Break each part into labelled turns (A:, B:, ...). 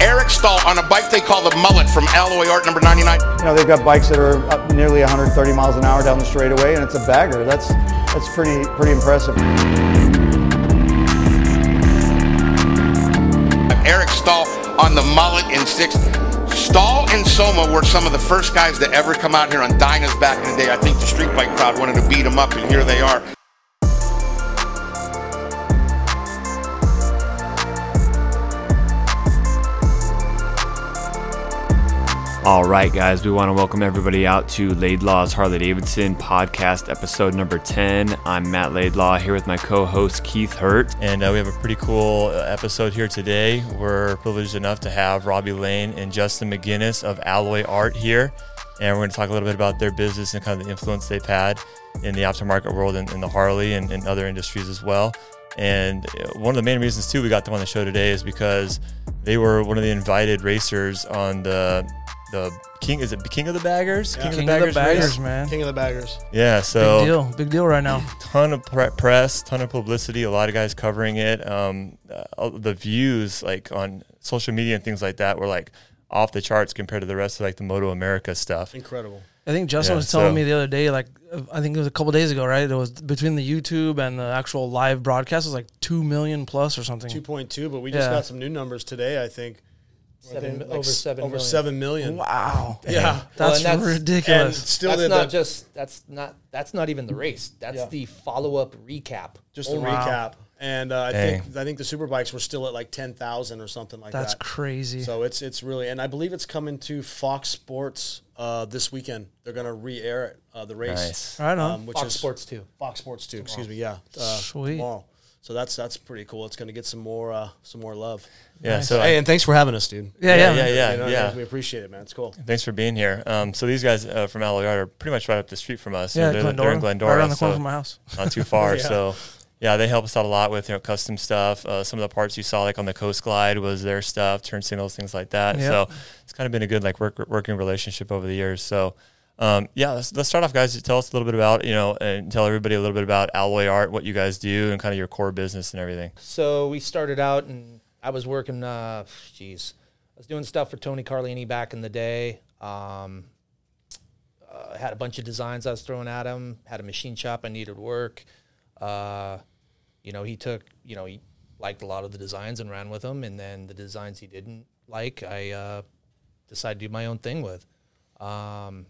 A: Eric Stahl on a bike they call the Mullet from Alloy Art number 99.
B: You know, they've got bikes that are up nearly 130 miles an hour down the straightaway, and it's a bagger. That's that's pretty pretty impressive.
A: Eric Stahl on the Mullet in sixth. Stahl and Soma were some of the first guys to ever come out here on Dynas back in the day. I think the street bike crowd wanted to beat them up, and here they are.
C: All right, guys, we want to welcome everybody out to Laidlaw's Harley Davidson podcast, episode number 10. I'm Matt Laidlaw here with my co host Keith Hurt.
D: And uh, we have a pretty cool uh, episode here today. We're privileged enough to have Robbie Lane and Justin McGinnis of Alloy Art here. And we're going to talk a little bit about their business and kind of the influence they've had in the aftermarket world and in the Harley and, and other industries as well. And uh, one of the main reasons, too, we got them on the show today is because they were one of the invited racers on the the king is it king of the baggers
E: King, of the baggers,
D: race?
E: man.
F: King of the baggers.
D: yeah so
G: Oh.
E: Big deal. Big deal right now.
D: ton of pre- press ton of publicity a lot of guys covering it um uh, all the views like on social media and things like that were like off the charts compared to the rest of like the moto america stuff
F: Incredible.
E: I think Justin
D: Yeah,
E: was telling
D: so-
E: me the other day, like uh, I think it was a couple days ago, right? It was between the YouTube and the actual live broadcast it was like two million plus or something.
F: 2.2, but we just
E: Yeah.
F: got some new numbers today, I think.
G: Seven-
F: Like
G: over
F: s-
G: seven
F: Over
G: million.
F: 7 million.
E: Wow,
F: Yeah.
G: Well,
E: that's,
G: and
F: And
G: that's-
E: ridiculous.
F: still
G: that's
F: did
G: not
F: the,
G: just that's not that's not even the race. That's
F: Yeah.
G: the follow up recap.
F: just a
G: Only-
F: recap. And uh, I
D: Dang.
F: think I think the superbikes were still at like 10,000 or something like
E: That's
F: that.
E: crazy.
F: So it's it's really and I believe it's coming to Fox Sports uh, this weekend. They're going to re-air it uh, the race.
D: Nice.
E: Right on.
F: which
G: Fox
F: is
G: Sports too.
F: Fox Sports 2, excuse me. Yeah. Uh,
E: Sweet.
F: tomorrow. So that's that's pretty cool. It's going to get some more uh, some more love.
D: yeah so uh, I-
F: Hey, and thanks for having us, dude.
E: yeah, yeah,
D: yeah, yeah,
F: You know,
D: yeah.
F: We appreciate it, man. It's cool.
D: Thanks for being here. Um, so these guys uh, from Alloy Art are pretty much right up the street from us.
E: Yeah,
D: they're, they're in Glendora,
E: right around the
D: so
E: corner from my house.
D: not too far. So yeah, they help us out a lot with you know custom stuff. Uh, some of the parts you saw like on the Coast Glide was their stuff, turn signals, things like that.
E: Yeah.
D: So it's kind of been a good like work, working relationship over the years. So. Um, yeah, let's, let's start off, guys. Just tell us a little bit about, you know, and tell everybody a little bit about Alloy Art, what you guys do, and kind of your core business and everything.
G: So we started out, and I was working. uh Jeez, I was doing stuff for Tony Carlini back in the day. Um, uh, had a bunch of designs I was throwing at him. Had a machine shop I needed work. Uh, you know, he took. You know, he liked a lot of the designs and ran with them, and then the designs he didn't like, I uh, decided to do my own thing with. Um,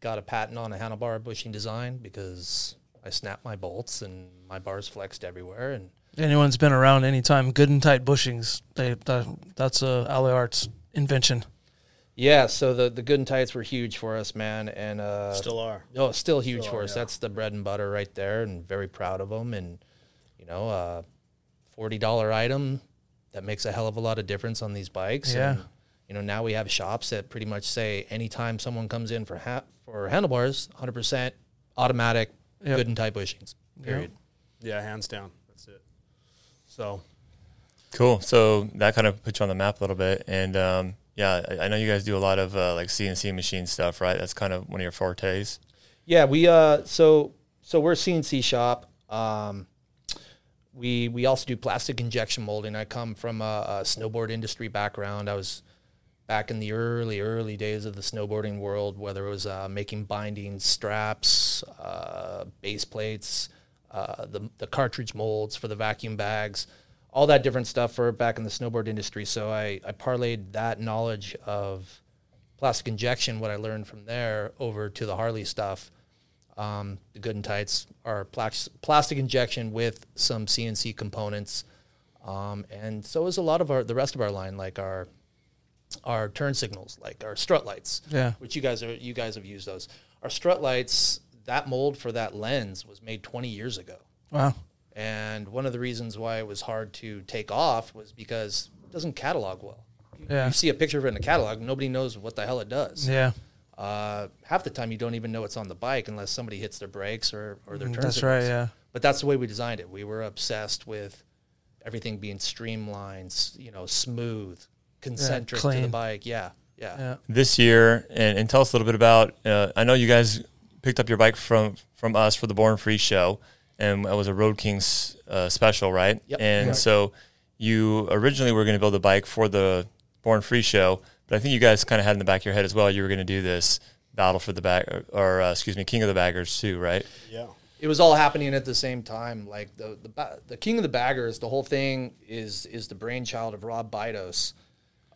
G: got a patent on a handlebar bushing design because I snapped my bolts and my bars flexed everywhere and.
E: Anyone's been around any time, good and tight bushings. They that, that's a Alley Arts invention.
G: Yeah, so the the good and tights were huge for us, man, and uh,
F: Still are.
G: oh, still huge for us. That's the bread and butter right there, and very proud of them. And you know, uh, forty dollar item that makes a hell of a lot of difference on these bikes.
E: Yeah.
G: And, you know, now we have shops that pretty much say anytime someone comes in for ha- for handlebars, hundred percent automatic,
E: Yep.
G: good and tight bushings. Period.
F: Yeah, hands down. That's it. So
D: Cool. So that kind of puts you on the map a little bit. And um, yeah, I, I know you guys do a lot of uh, like CNC machine stuff, right? That's kind of one of your fortes.
G: Yeah, we uh so so we're a CNC shop. Um we we also do plastic injection molding. I come from a, a snowboard industry background. I was back in the early early days of the snowboarding world, whether it was uh, making bindings, straps, uh, base plates, uh, the the cartridge molds for the vacuum bags, all that different stuff for back in the snowboard industry. So I I parlayed that knowledge of plastic injection, what I learned from there, over to the Harley stuff. Um, the good and tights are plax- plastic injection with some CNC components, um, and so is a lot of our the rest of our line, like our our turn signals, like our strut lights.
E: Yeah.
G: which you guys are you guys have used those. Our strut lights, that mold for that lens was made 20 years ago.
E: Wow.
G: And one of the reasons why it was hard to take off was because it doesn't catalog well. You-
E: Yeah.
G: You see a picture of it in the catalog, nobody knows what the hell it does.
E: Yeah.
G: Uh, half the time, you don't even know it's on the bike unless somebody hits their brakes or, or their turn
E: Mm, That's
G: signals.
E: right, yeah.
G: But that's the way we designed it. We were obsessed with everything being streamlined, s- you know, smooth, concentric to the
E: clean.
G: bike. Yeah, yeah.
E: Yeah.
D: this year and, and tell us a little bit about uh, i know you guys picked up your bike from from us for the born free show and it was a road kings uh, special right
G: Yep.
D: and so you originally were going to build a bike for the Born Free show, but I think you guys kind of had in the back of your head as well you were going to do this battle for the bag or uh, excuse me, King of the Baggers too, right?
F: Yeah.
G: it was all happening at the same time. Like the the ba- the King of the Baggers, the whole thing is is the brainchild of Rob Bidos,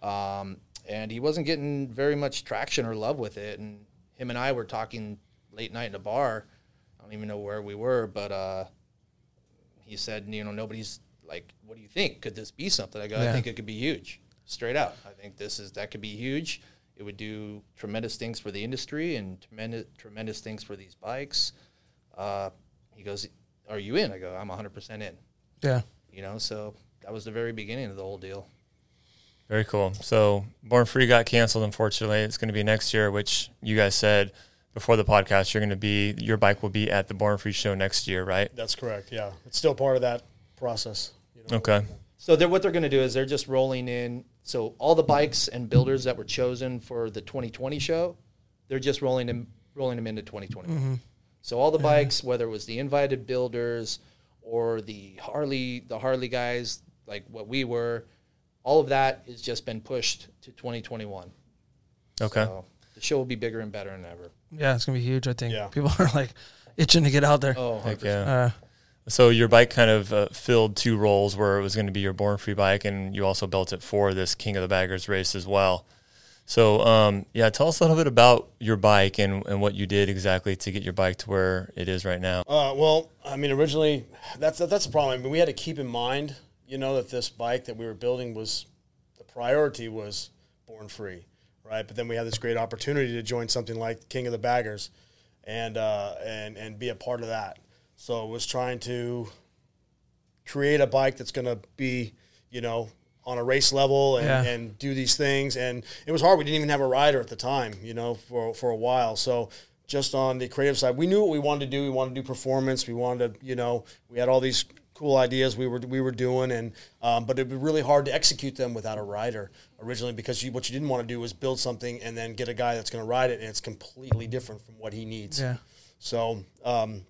G: um, and he wasn't getting very much traction or love with it. And him and I were talking late night in a bar. I don't even know where we were, but uh, he said, you know, nobody's like, what do you think? Could this be something? I go, I think it could be huge. Straight out, I think this is that could be huge. It would do tremendous things for the industry and tremendous tremendous things for these bikes uh, he goes, "Are you in?" I go, "I'm 100% in."
E: Yeah.
G: You know, so that was the very beginning of the whole deal.
D: Very cool. So Born Free got canceled, unfortunately. It's going to be next year, which you guys said before the podcast. You're going to be your bike will be at the Born Free show next year, right?
F: That's correct. Yeah. It's still part of that process. You know?
D: Okay.
G: So they're what they're going to do is they're just rolling in. So all the bikes and builders that were chosen for the 2020 show, they're just rolling them rolling them into 2020. So all the bikes, whether it was the invited builders or the Harley the Harley guys, like what we were, all of that has just been pushed to 2021.
D: Okay.
G: So the show will be bigger and better than ever.
E: Yeah, it's gonna be huge. I think
F: Yeah.
E: people are like itching to get out there.
G: Oh,
D: Heck yeah.
E: Uh,
D: So your bike kind of uh, filled two roles where it was going to be your born free bike, and you also built it for this King of the Baggers race as well. So um, yeah, tell us a little bit about your bike and, and what you did exactly to get your bike to where it is right now.
F: Uh, well, I mean, originally, that's that's the problem. I mean, we had to keep in mind, you know, that this bike that we were building was the priority was born free, right? But then we had this great opportunity to join something like King of the Baggers, and uh, and and be a part of that. So it was trying to create a bike that's going to be, you know, on a race level and,
E: Yeah.
F: and do these things. And it was hard. We didn't even have a rider at the time, you know, for, for a while. So just on the creative side, we knew what we wanted to do. We wanted to do performance. We wanted to, you know, we had all these cool ideas we were, we were doing. And, um, but it'd be really hard to execute them without a rider originally, because you, what you didn't want to do was build something and then get a guy that's going to ride it. And it's completely different from what he needs.
E: yeah.
F: So, um,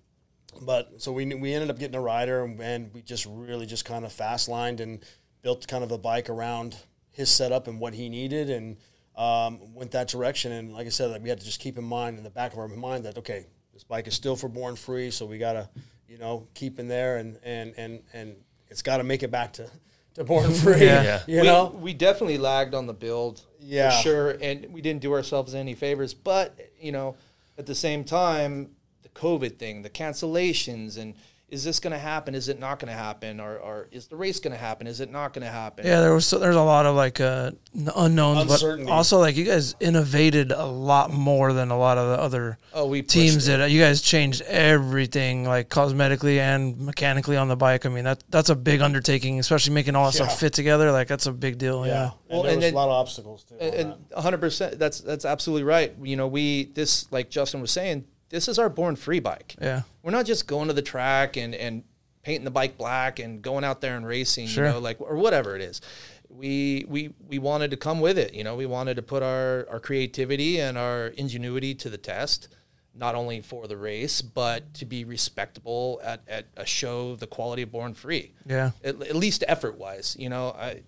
F: but so we knew- we ended up getting a rider, and, and we just really just kind of fast lined and built kind of a bike around his setup and what he needed, and um, went that direction. And like I said, like we had to just keep in mind in the back of our mind that okay, this bike is still for born free, so we gotta you know keep in there, and and and and it's got to make it back to to born free.
E: Yeah.
F: You
G: we,
F: know,
G: we definitely lagged on the build
F: Yeah.
G: for sure and we didn't do ourselves any favors but you know at the same time the covid thing the cancellations and is this going to happen is it not going to happen or, or is the race going to happen is it not going to happen
E: Yeah, there was so, there's a lot of like uh, n- unknowns, but
F: Uncertainty.
E: also like you guys innovated a lot more than a lot of the other
G: Oh, we pushed
E: teams that you guys changed everything like cosmetically and mechanically on the bike. I mean that that's a big undertaking, especially making all that
F: Yeah.
E: stuff fit together. Like that's a big deal. Yeah,
F: yeah. And
G: Well,
F: there
G: and
F: was
G: then-
F: a lot of obstacles too. on
G: and
F: that.
G: and 100% that's that's absolutely right you know we this like justin was saying this is our born free bike
E: yeah,
G: we're not just going to the track and and painting the bike black and going out there and racing you know like or whatever it is we we we wanted to come with it you know we wanted to put our our creativity and our ingenuity to the test not only for the race but to be respectable at, at a show the quality of born free
E: Yeah.
G: at, at least effort wise you know i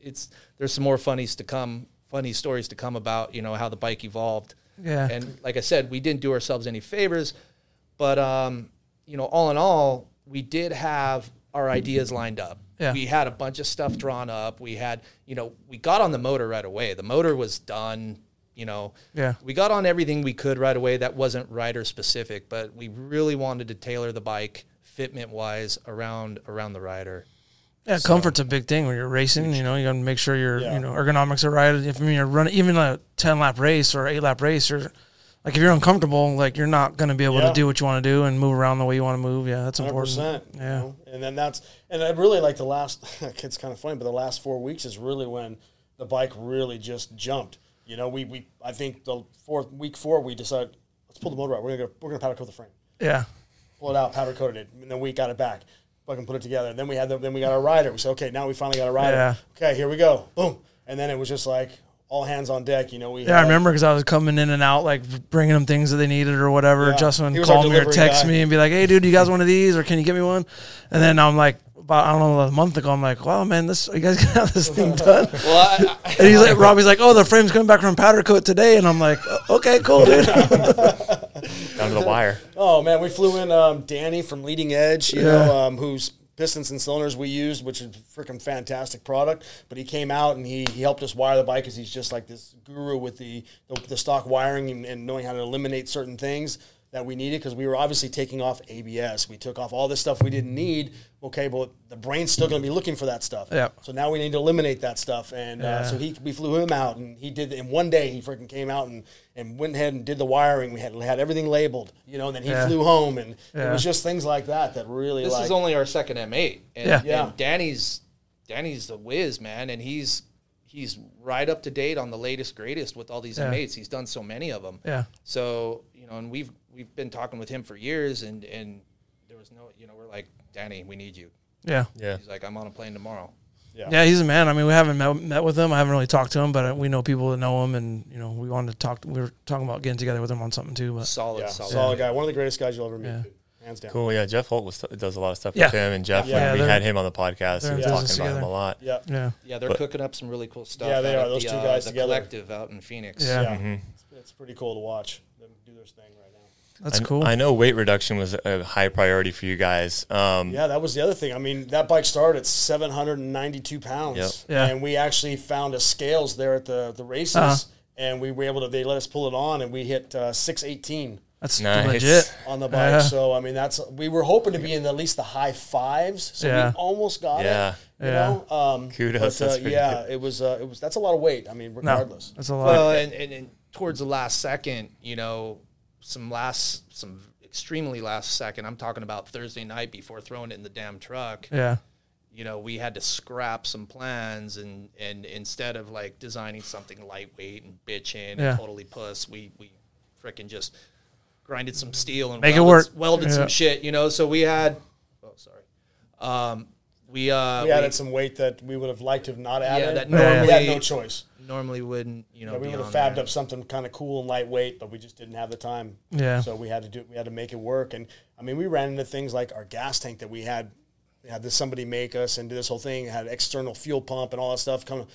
G: it's there's some more funnies to come funny stories to come about you know how the bike evolved
E: Yeah.
G: and like i said we didn't do ourselves any favors but um you know all in all we did have our ideas lined up
E: Yeah.
G: we had a bunch of stuff drawn up we had you know we got on the motor right away the motor was done you know
E: Yeah.
G: we got on everything we could right away that wasn't rider specific but we really wanted to tailor the bike fitment wise around around the rider
E: Yeah, comfort's a big thing when you're racing. You know, you got to make sure your you know ergonomics are right. If I mean, you're running even a ten lap race or eight lap race, you're like if you're uncomfortable, like you're not going to be able
F: Yeah.
E: to do what you want to do and move around the way you want to move. Yeah, that's
F: hundred
E: important.
F: percent.
E: Yeah.
F: and then that's and I really like the last. it's kind of funny, but the last four weeks is really when the bike really just jumped. You know, we we I think the fourth week four we decided let's pull the motor out. We're gonna go, we're gonna powder coat the frame.
E: Yeah,
F: Pull it out, powder coated it, and then we got it back. Fucking put it together. And then we had the, then we got our rider. We said okay, now we finally got a rider.
E: Yeah.
F: Okay, here we go. Boom, and then it was just like all hands on deck. You know, we
E: yeah, I
F: had-
E: remember because I was coming in and out, like bringing them things that they needed or whatever.
F: Yeah.
E: Justin
F: He
E: would
F: was our
E: call me or
F: delivery
E: text
F: guy.
E: me and be like, "Hey, dude, you guys one of these, or can you get me one?" And then I'm like, about I don't know a month ago. I'm like, wow, man, this you guys got this thing done.
G: Well, I,
E: And he's like, Robbie's like, oh, the frame's coming back from powder coat today, and I'm like, "Oh, okay, cool, dude.
D: down to the wire.
F: Oh man, we flew in um, Danny from Leading Edge, you know, um, whose pistons and cylinders we used, which is a freaking fantastic product. But he came out and he, he helped us wire the bike because he's just like this guru with the the, the stock wiring and, and knowing how to eliminate certain things that we needed because we were obviously taking off ABS. We took off all this stuff we didn't need. Okay, but the brain's still going to be looking for that stuff.
E: Yep.
F: So now we need to eliminate that stuff. And uh, so he, we flew him out, and he did. And one day he freaking came out and, and went ahead and did the wiring. We had had everything labeled, you know. And then he
E: Yeah.
F: flew home, and it
E: Yeah.
F: was just things like that that really
G: this
F: like
G: is only our second M8, and,
E: Yeah.
G: and
F: Yeah.
G: Danny's Danny's the whiz man, and he's he's right up to date on the latest greatest with all these M8s. He's done so many of them.
E: Yeah.
G: So you know, and we've we've been talking with him for years, and and there was no, you know, we're like Danny, we need you.
E: Yeah.
D: Yeah.
G: He's like, I'm on a plane tomorrow.
E: Yeah, he's a man. I mean, we haven't met, met with him. I haven't really talked to him, but uh, we know people that know him, and you know, we wanted to talk. We were talking about getting together with him on something too. But
G: Solid,
F: yeah,
G: solid.
F: solid guy, one of the greatest guys you'll ever meet, hands down.
D: Cool. Yeah. Jeff Holt was, does a lot of stuff
E: Yeah.
D: with him. And Jeff,
F: Yeah,
D: when we
E: they're-
D: had him on the podcast,
E: they're
D: he was
E: in
D: talking about
E: business
D: him a
E: together.
D: lot.
F: Yeah, yeah,
E: yeah,
G: Yeah, they're cooking up some really cool stuff.
F: Yeah, they
G: out
F: are.
G: at
F: Those
G: the,
F: two
G: uh,
F: guys
G: the
F: together.
G: collective out in Phoenix.
E: Yeah.
F: It's, it's pretty cool to watch them do their thing right now.
E: that's
D: I-
E: cool.
D: I know weight reduction was a high priority for you guys. Um,
F: Yeah, that was the other thing. I mean, that bike started at 792 pounds.
D: Yep.
E: Yeah.
F: And we actually found a scales there at the, the races.
E: Uh-huh.
F: And we were able to, they let us pull it on, and we hit uh, 618
E: that's
D: Nice.
E: legit.
F: on the bike.
E: Yeah.
F: So, I mean, that's, we were hoping to be in at least the high fives. So
E: Yeah.
F: we almost got
D: Yeah.
F: it. You know? Um,
D: Kudos,
F: But, uh,
D: that's pretty
F: yeah, it was, uh, it was, that's a lot of weight. I mean,
E: No,
F: regardless.
E: that's a lot.
G: Well, and, and, and towards the last second, you know, some last, some extremely last second, I'm talking about Thursday night before throwing it in the damn truck,
E: yeah,
G: you know, we had to scrap some plans and, and instead of like designing something lightweight and bitching
E: Yeah.
G: and totally puss, we, we frickin' just grinded some steel and
E: Make it
G: welded,
E: work.
G: welded
E: Yeah.
G: some shit, you know? So we had, oh, sorry. Um, we, uh,
F: we added some weight that we would have liked to have not added.
G: that
F: but we had
G: normally-
F: no choice.
G: normally wouldn't, you know,
F: Yeah, we
G: be
F: would have
G: on
F: fabbed
G: there.
F: up something kind of cool and lightweight, but we just didn't have the time.
E: Yeah.
F: So we had to do we had to make it work. And I mean, we ran into things like our gas tank that we had had this somebody make us and do this whole thing, had external fuel pump and all that stuff. Come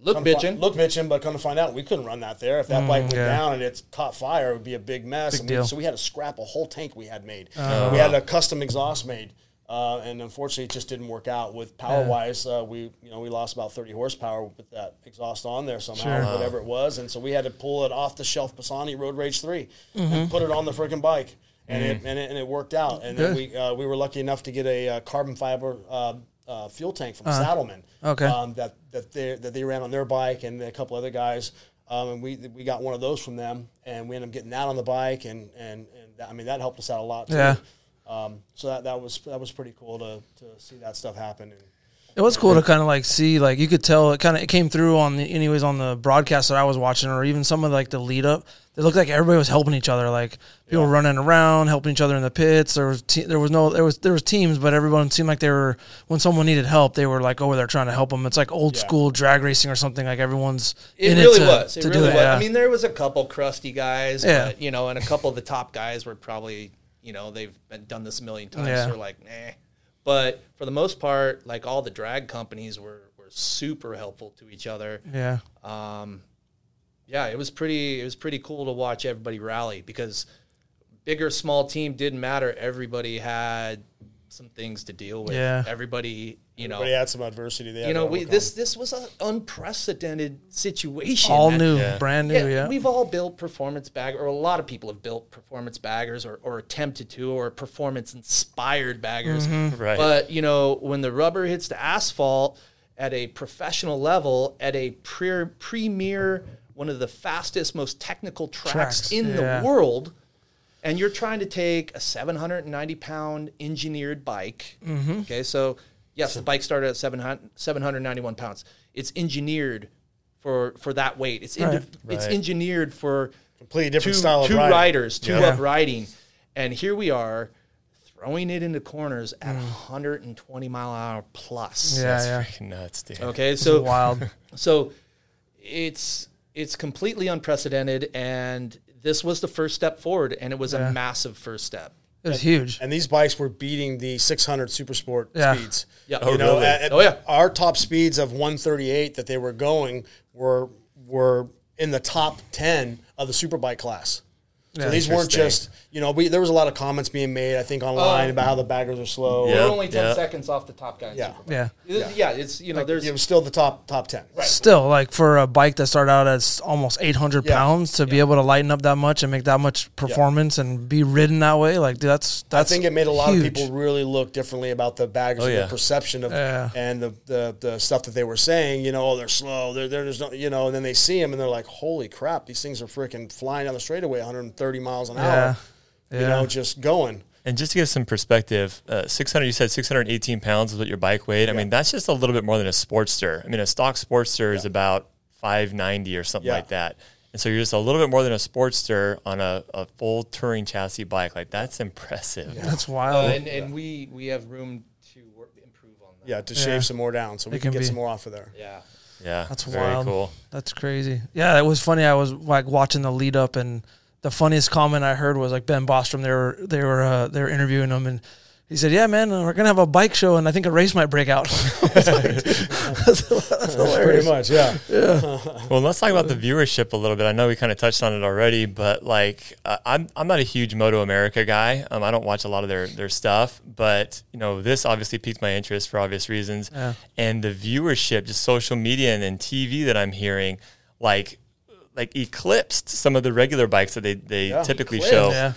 G: Look
F: come to
G: bitching.
F: Fi- look bitching, but come to find out we couldn't run that there. If that bike went
E: Mm, yeah.
F: down and it's caught fire, it would be a big mess. and we-
E: deal. Oh.
F: so we had to scrap a whole tank we had made. we had a custom exhaust made. Uh, and unfortunately, it just didn't work out with power wise. Uh, we, you know, we lost about 30 horsepower with that exhaust on there somehow, or whatever it was. And so we had to pull it off the shelf Pisani Road Rage 3
G: Mm-hmm.
F: and put it on the freaking bike. And, it,
E: Mm.
F: and it and it worked out. And then we uh, we were lucky enough to get a uh, carbon fiber uh, uh, fuel tank from Saddleman.
E: Uh-huh. Okay.
F: Um, that that they that they ran on their bike and a couple other guys, um, and we we got one of those from them, and we ended up getting that on the bike, and and, and that, I mean that helped us out a lot. Too.
E: Yeah.
F: Um, so that, that was that was pretty cool to, to see that stuff happen. And,
E: it was cool to kind of like see, like you could tell it kind of it came through on the anyways on the broadcast that I was watching, or even some of like the lead up. It looked like everybody was helping each other, like people were running around, helping each other in the pits. There was te- there was no there was there was teams, but everyone seemed like they were when someone needed help, they were like over there trying to help them. It's like old school drag racing or something. Like everyone's
G: It
E: in
G: really
E: it to,
G: was. It
E: to
G: really
E: do
G: was.
E: it. Yeah.
G: I mean, there was a couple crusty guys,
E: Yeah.
G: but you know, and a couple of the top guys were probably, you know, they've been done this a million times.
E: Yeah.
G: They're like, nah. But for the most part, like all the drag companies were were super helpful to each other.
E: yeah,
G: Yeah, it was pretty. It was pretty cool to watch everybody rally because big or small team didn't matter. Everybody had some things to deal with.
E: Yeah.
G: Everybody, you know.
F: but he had some adversity. They had
G: Oh. you know,
F: to
G: we,
F: overcome.
G: this this was an unprecedented situation.
E: all
G: man.
E: new, brand new.
G: Yeah,
E: Yeah,
G: we've all built performance bag, or a lot of people have built performance baggers, or, or attempted to, or performance inspired baggers.
E: Mm-hmm.
D: Right.
G: But you know, when the rubber hits the asphalt at a professional level, at a pre- premier, one of the fastest, most technical tracks,
E: Tracks,
G: in
E: yeah.
G: the world, and you're trying to take a 790 pound engineered bike.
E: Mm-hmm.
G: Okay, so yes, the bike started at 700, 791 pounds. It's engineered for for that weight. It's indi- it's engineered for
F: completely different
G: two,
F: style of
G: two
F: riding.
G: riders, two up riding, and here we are throwing it into corners at 120 mile an hour plus.
E: Mm. yeah, yeah.
D: Freaking nuts, dude.
G: Okay, so
E: Wild.
G: so it's it's completely unprecedented, and this was the first step forward, and it was a massive first step.
E: It was huge.
F: and these bikes were beating the 600 super sport
E: Yeah.
F: speeds.
G: Yeah.
F: you
G: Oh,
F: know,
G: really?
F: at- at
G: Oh, yeah.
F: Our top speeds of 138 that they were going were were in the top 10 of the superbike class. So
E: Yeah.
F: these weren't just you know we there was a lot of comments being made I think
G: Uh,
F: online about how the baggers are slow.
D: Yeah.
G: We're only ten
D: yeah.
G: seconds off the top guy. in
F: Yeah.
G: Superbike.
E: Yeah.
G: yeah, It's you know there's uh,
F: It was still the top top 10.
E: Still, like for a bike that started out as almost 800 pounds to be able to lighten up that much and make that much performance and be ridden that way, like dude, that's
F: I
E: that's.
F: think it made a lot
E: huge. Oh,
F: of people really look differently about the baggers and
D: yeah.
F: their perception of
E: Yeah.
F: and the, the the stuff that they were saying. You know, oh, they're slow. They're, they're just not, you know. And then they see them and they're like, holy crap, these things are freaking flying down the straightaway, 130 miles an
E: Yeah.
F: hour. You know, just going.
D: And just to give some perspective, uh, 600, you said 618 pounds is what your bike weighed. I mean, that's just a little bit more than a Sportster. I mean, a stock Sportster is about 590 or something
F: Yeah.
D: like that. And so you're just a little bit more than a Sportster on a, a full touring chassis bike. Like, that's impressive.
E: That's
G: uh,
E: wild.
G: and, and we we have room to work, improve on that.
F: Yeah, to shave some more down so we
E: It can
F: can, get
E: be-
F: some more off of there.
G: Yeah.
D: Yeah.
E: That's
D: very
E: wild.
D: cool.
E: That's crazy. Yeah, it was funny. I was like watching the lead up, and the funniest comment I heard was like Ben Bostrom. They were they were uh, they were interviewing him, and he said, "Yeah, man, we're gonna have a bike show, and I think a race might break out."
F: Pretty much, yeah.
D: Well, let's talk about the viewership a little bit. I know we kind of touched on it already, but like uh, I'm I'm not a huge Moto America guy. Um, I don't watch a lot of their their stuff, but you know this obviously piqued my interest for obvious reasons, and the viewership, just social media and, and TV that I'm hearing, like like eclipsed some of the regular bikes that they they typically
G: Eclipsed.
D: show.
E: yeah,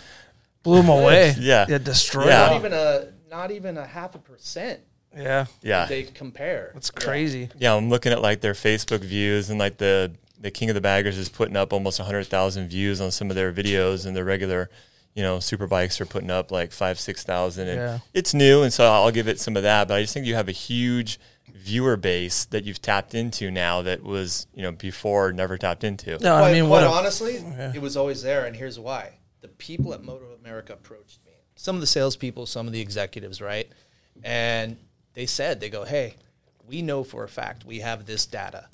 E: blew him away.
D: Oh. Yeah.
E: yeah, destroyed.
D: Yeah.
E: Yeah,
G: Not even a not even a half a percent.
E: yeah.
D: Yeah,
G: They compare.
E: that's crazy.
D: Yeah, I'm looking at like their Facebook views and like the the King of the Baggers is putting up almost 100,000 views on some of their videos and the regular, you know, super bikes are putting up like five, 6,000 and
E: Yeah.
D: it's new. And so I'll give it some of that, but I just think you have a huge viewer base that you've tapped into now that was, you know, before never tapped into.
E: No,
G: Quite,
E: I mean, what?
G: quite
E: a-
G: honestly, it was always there, and here's why: the people at Moto America approached me. Some of the salespeople, some of the executives, right? And they said, "They go, hey, we know for a fact we have this data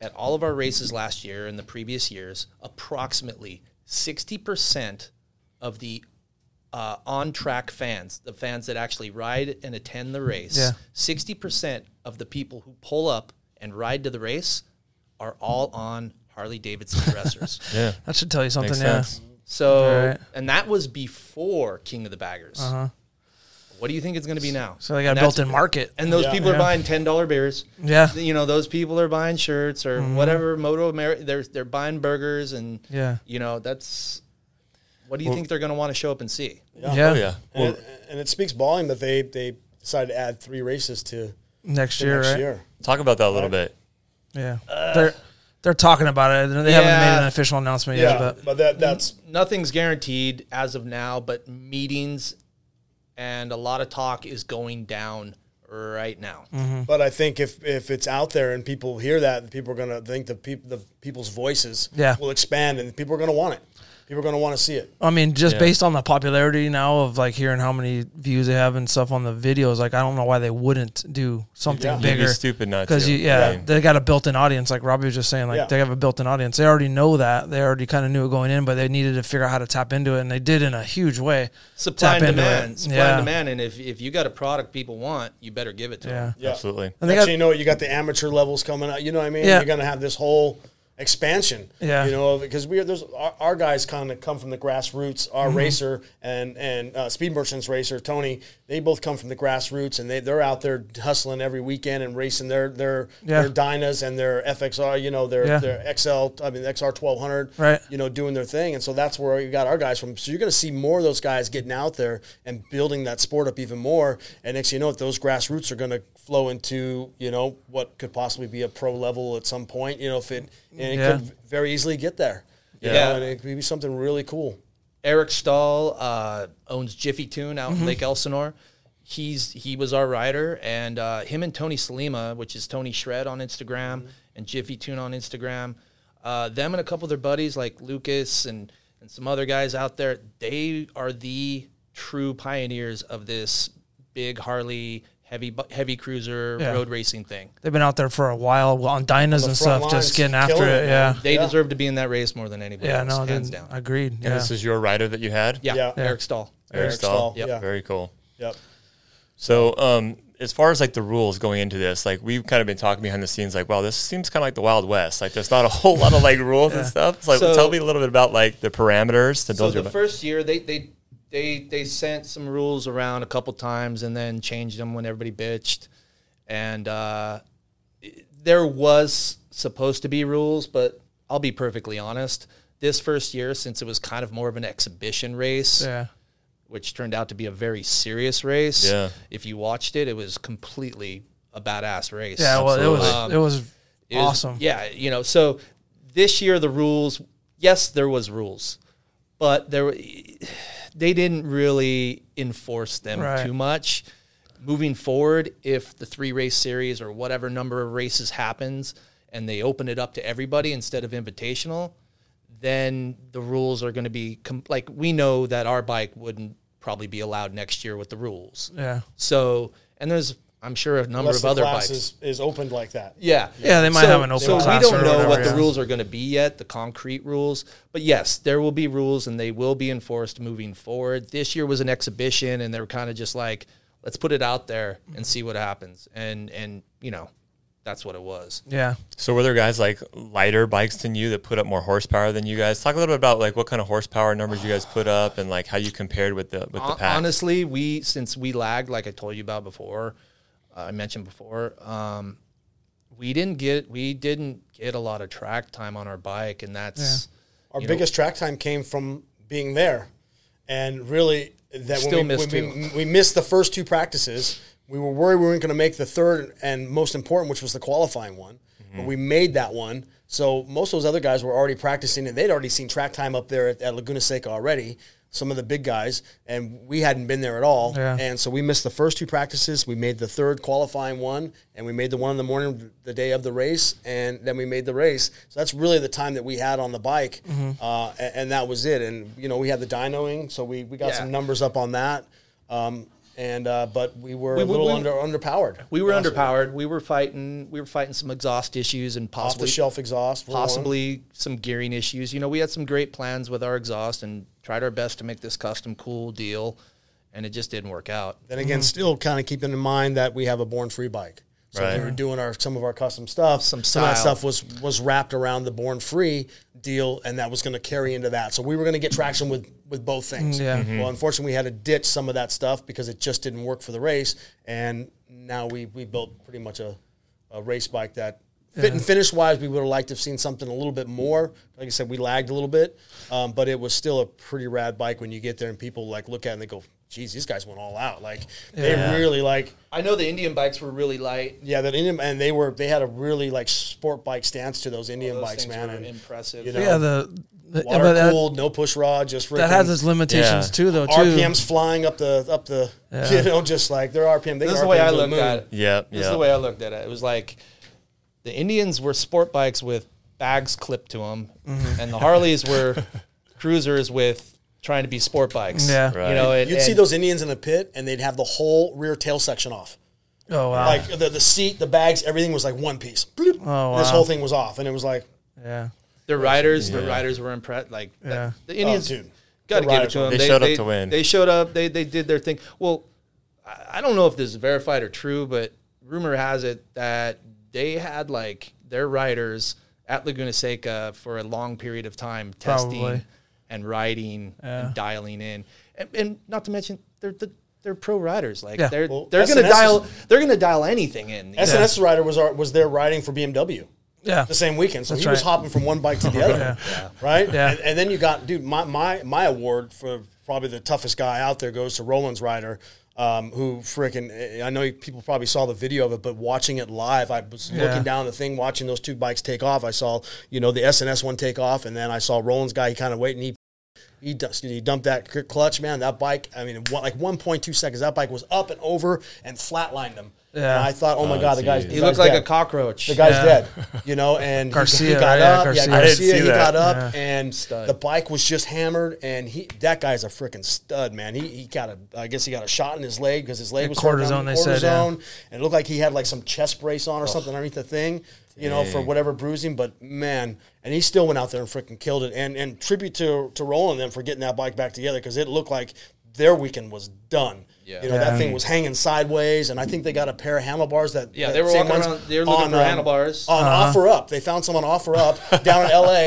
G: at all of our races last year and the previous years. Approximately sixty percent of the uh, on-track fans, the fans that actually ride and attend the race,
E: Yeah.
G: sixty percent of the people who pull up and ride to the race are all on Harley Davidson dressers.
D: Yeah.
E: that should tell you something.
D: Makes
E: Yeah,
D: sense.
G: So,
E: Right.
G: and that was before King of the Baggers. What do you think it's going to be now?
E: Uh-huh. so they got
G: And
E: a
G: that's-
E: built-in market.
G: And those people are buying ten dollar beers.
E: Yeah. Mm-hmm.
G: you know those people are buying shirts or whatever. Moto America, they're they're buying burgers and
E: Yeah.
G: you know that's. What do you think they're going to want to show up and see?
E: yeah,
D: Oh, yeah.
F: And, it, and it speaks volume that they, they decided to add three races to,
E: next
F: to
E: year,
F: next
E: right?
F: year.
D: Talk about that a little bit.
E: Yeah, they're they're talking about it. They haven't
G: Yeah.
E: made an official announcement
F: Yeah,
E: yet, but
F: but, that, that's
G: Nothing's guaranteed as of now, but meetings and a lot of talk is going down right now.
E: Mm.
F: But I think if, if it's out there and people hear that, people are gonna think the people the people's voices
E: Yeah.
F: will expand and people are gonna want it. People are gonna want to see it.
E: I mean, just based on the popularity now of like hearing how many views they have and stuff on the videos, like I don't know why they wouldn't do something
F: Yeah. You'd be
E: bigger.
D: stupid not
E: because
D: to.
E: you, yeah,
D: Right.
E: they got a built-in audience. Like Robbie was just saying, like
F: Yeah.
E: they have a built-in audience. They already know that. They already kind of knew it going in, but they needed to figure out how to tap into it, and they did in a huge way.
G: Supply
E: Tap
G: and
E: into it.
G: demand, supply
E: yeah.
G: and demand, and if if you got a product people want, you better give it to
E: Yeah,
G: them.
F: Yeah.
D: Absolutely.
E: and they
F: Next
E: got
F: thing you know it, you got the amateur levels coming out. You know what I mean?
E: Yeah.
F: You're gonna have this whole expansion.
E: Yeah.
F: You know, because we are there's our, our guys kind of come from the grassroots. Our
E: Mm-hmm.
F: racer and and uh, Speed Merchants racer Tony, they both come from the grassroots and they they're out there hustling every weekend and racing their their
E: Yeah.
F: their Dynas and their FXR. You know their
E: Yeah.
F: their XL. I mean XR twelve hundred.
E: Right.
F: You know doing their thing, and so that's where you got our guys from. So you're gonna see more of those guys getting out there and building that sport up even more. And next thing you know, those grassroots are gonna flow into you know what could possibly be a pro level at some point. You know if it and it
E: Yeah.
F: could very easily get there. You
G: Yeah.
F: know, and it could be something really cool.
G: Eric Stahl uh, owns Jiffy Tune out
E: Mm-hmm.
G: in Lake Elsinore. He's he was our rider, and uh, him and Tony Salima, which is Tony Shred on Instagram
E: Mm-hmm.
G: and Jiffy Tune on Instagram, uh, them and a couple of their buddies like Lucas and and some other guys out there, they are the true pioneers of this big Harley heavy bu- heavy cruiser
E: Yeah.
G: road racing thing.
E: they've been out there for a while on dynas and
F: front
E: stuff,
F: lines,
E: just getting after
F: killing
E: it.
F: it,
E: Yeah,
F: man.
G: They deserve to be in that race more than anybody
E: yeah,
G: else,
E: no,
G: hands
E: then
G: down.
E: agreed. Yeah,
D: This is your rider that you had?
G: yeah,
F: Yeah.
G: Eric Stahl.
D: Eric
F: Eric
D: Stahl.
F: Stahl, Yep. yeah.
D: Very cool.
F: Yep.
D: So, um, as far as like the rules going into this, like we've kind of been talking behind the scenes, like, wow, this seems kind of like the Wild West. Like, there's not a whole lot of like rules and stuff. So, like,
G: So-
D: tell me a little bit about like the parameters to
G: So
D: build
G: the
D: your.
G: first year, they they they they sent some rules around a couple times and then changed them when everybody bitched. And uh, it- there was supposed to be rules, but I'll be perfectly honest. This first year, since it was kind of more of an exhibition race,
E: Yeah.
G: which turned out to be a very serious race.
D: Yeah.
G: If you watched it, it was completely a badass race.
E: Yeah. Well, it was
G: Um,
E: it was
G: It was-
E: awesome.
G: yeah, you know. So this year the rules, yes, there was rules, but there were- they didn't really enforce them
E: Right.
G: too much. Moving forward, if the three race series or whatever number of races happens and they open it up to everybody instead of invitational, then the rules are going to be com- like we know that our bike wouldn't probably be allowed next year with the rules.
E: Yeah.
G: So, and there's I'm sure a number
F: Unless
G: of
F: the
G: other
F: class
G: bikes.
F: is, is opened like that.
G: Yeah.
E: Yeah, they might have an open
G: so
E: class
G: we don't
E: or
G: know
E: whatever,
G: what the
E: yeah.
G: rules are going to be yet, the concrete rules. But yes, there will be rules and they will be enforced moving forward. This year was an exhibition and they were kind of just like, let's put it out there and see what happens. And and you know, that's what it was.
E: Yeah.
D: so, were there guys like lighter bikes than you that put up more horsepower than you guys? Talk a little bit about like what kind of horsepower numbers you guys put up and like how you compared with the with the
G: Hon-
D: pack.
G: Honestly, we since we lagged, like I told you about before, uh, I mentioned before, um, we didn't get we didn't get a lot of track time on our bike, and that's
F: Our biggest track time came from being there, and really that
G: Still
F: when, we,
G: missed
F: when we, we missed the first two practices. We were worried we weren't going to make the third and most important, which was the qualifying one. But we made that one. So most of those other guys were already practicing, and they'd already seen track time up there at, at Laguna Seca already. Some of the big guys, and we hadn't been there at all.
E: Yeah.
F: And so we missed the first two practices. We made the third qualifying one, and we made the one in the morning the day of the race, and then we made the race. So that's really the time that we had on the bike,
G: Mm-hmm.
F: uh, a- and, that was it. And you know, we had the dynoing, so we, we got
G: Yeah.
F: some numbers up on that. Um, and uh, but we were
G: We-
F: a
G: we-
F: little
G: we-
F: under underpowered.
G: We were
F: Awesome.
G: underpowered. We were fighting. We were fighting some exhaust issues and
F: off the
G: possibly
F: shelf exhaust, for one.
G: possibly some gearing issues. You know, we had some great plans with our exhaust and tried our best to make this custom cool deal, and it just didn't work out.
F: Then again, still kind of keeping in mind that we have a born free bike. So
D: Right.
F: we were doing our some of our custom stuff.
G: Some
F: of that
G: style.
F: stuff was was wrapped around the born free deal, and that was going to carry into that. So we were going to get traction with with both things.
E: Yeah.
F: Well, unfortunately, we had to ditch some of that stuff because it just didn't work for the race, and now we we built pretty much a, a race bike that. Fit and finish wise, we would have liked to have seen something a little bit more. Like I said, we lagged a little bit, um, but it was still a pretty rad bike when you get there and people like look at it and they go, "Geez, these guys went all out!" Like they really like
G: I know the Indian bikes were really light.
F: yeah, that Indian and they were they had a really like sport bike stance to those Indian
G: Oh, Those
F: bikes,
G: things
F: man.
G: were
F: And
G: impressive.
F: you know,
E: Yeah. The, the yeah,
F: water
E: but that,
F: cooled, no push rod, just
E: that has
F: freaking
E: its limitations
D: Yeah.
E: too, though. Too.
F: RPMs flying up the up the you know just like their RPM. They
G: This is
F: got
G: the way
F: RPMs
G: I
F: to
G: looked
F: moon.
G: at it.
D: Yeah,
G: This
D: yeah.
G: is the way I looked at it. It was like the Indians were sport bikes with bags clipped to them, and the Harleys were cruisers with trying to be sport bikes.
E: Yeah.
G: You know, and,
F: You'd see
G: and-
F: those Indians in the pit, and they'd have the whole rear tail section off.
E: Oh wow.
F: Like the, the seat, the bags, everything was like one piece. Bloop.
E: Oh,
F: This
E: wow.
F: whole thing was off, and it was like
E: yeah.
G: The riders, the riders were impressed. Like that-
E: Yeah.
G: the Indians,
F: Oh, dude. The
G: got to give it
F: riders
G: to
F: were-
G: them.
D: They showed up to win.
G: They showed up. They they did their thing. Well, I, I don't know if this is verified or true, but rumor has it that they had like their riders at Laguna Seca for a long period of time testing
E: Probably.
G: and riding and dialing in, and, and not to mention they're the. They're pro riders, like
E: Yeah.
G: they're
F: Well,
G: they're gonna
F: SNS
G: dial they're gonna dial anything in. you know?
F: SNS rider was our, was there riding for BMW.
E: Yeah.
F: the same weekend. So he was
E: right.
F: hopping from one bike to the other, right?
E: Yeah.
F: And, and then you got, dude, my, my, my award for probably the toughest guy out there goes to Roland's rider, um, who freaking, I know people probably saw the video of it, but watching it live, I was
E: Yeah.
F: looking down the thing, watching those two bikes take off. I saw, you know, the SNS one take off, and then I saw Roland's guy, he kind of waiting, he he, du- excuse me, he dumped that cr- clutch, man. That bike, I mean, one, like 1.2 seconds, that bike was up and over and flatlined him.
E: Yeah.
F: And I thought, oh my God, the guy's.
G: He looked like a cockroach.
F: The guy's
E: Yeah.
F: dead, you know, and he- he,
E: Garcia,
F: got
E: right? Yeah,
F: up.
E: Garcia.
F: Yeah,
E: I
D: didn't
F: Garcia,
D: see
F: he
D: that.
F: got up, and the bike was just hammered. And he, that guy's a freaking stud, man. He, he got a, I guess he got a shot in his leg because his leg was hurt down
E: cortisone,
F: the
E: they said, yeah.
F: cortisone, and it looked like he had like some chest brace on or something underneath the thing, you know, for whatever bruising. But man, and he still went out there and freaking killed it. And and tribute to to Roland and them for getting that bike back together because it looked like their weekend was done.
G: Yeah.
F: You know, that thing was hanging sideways, and I think they got a pair of handlebars that.
G: Yeah,
F: that
G: they were
F: same
G: walking
F: ones
G: around- they were looking for
F: um,
G: handlebars.
E: Uh-huh.
F: On Offer Up. They found some on Offer Up down in LA,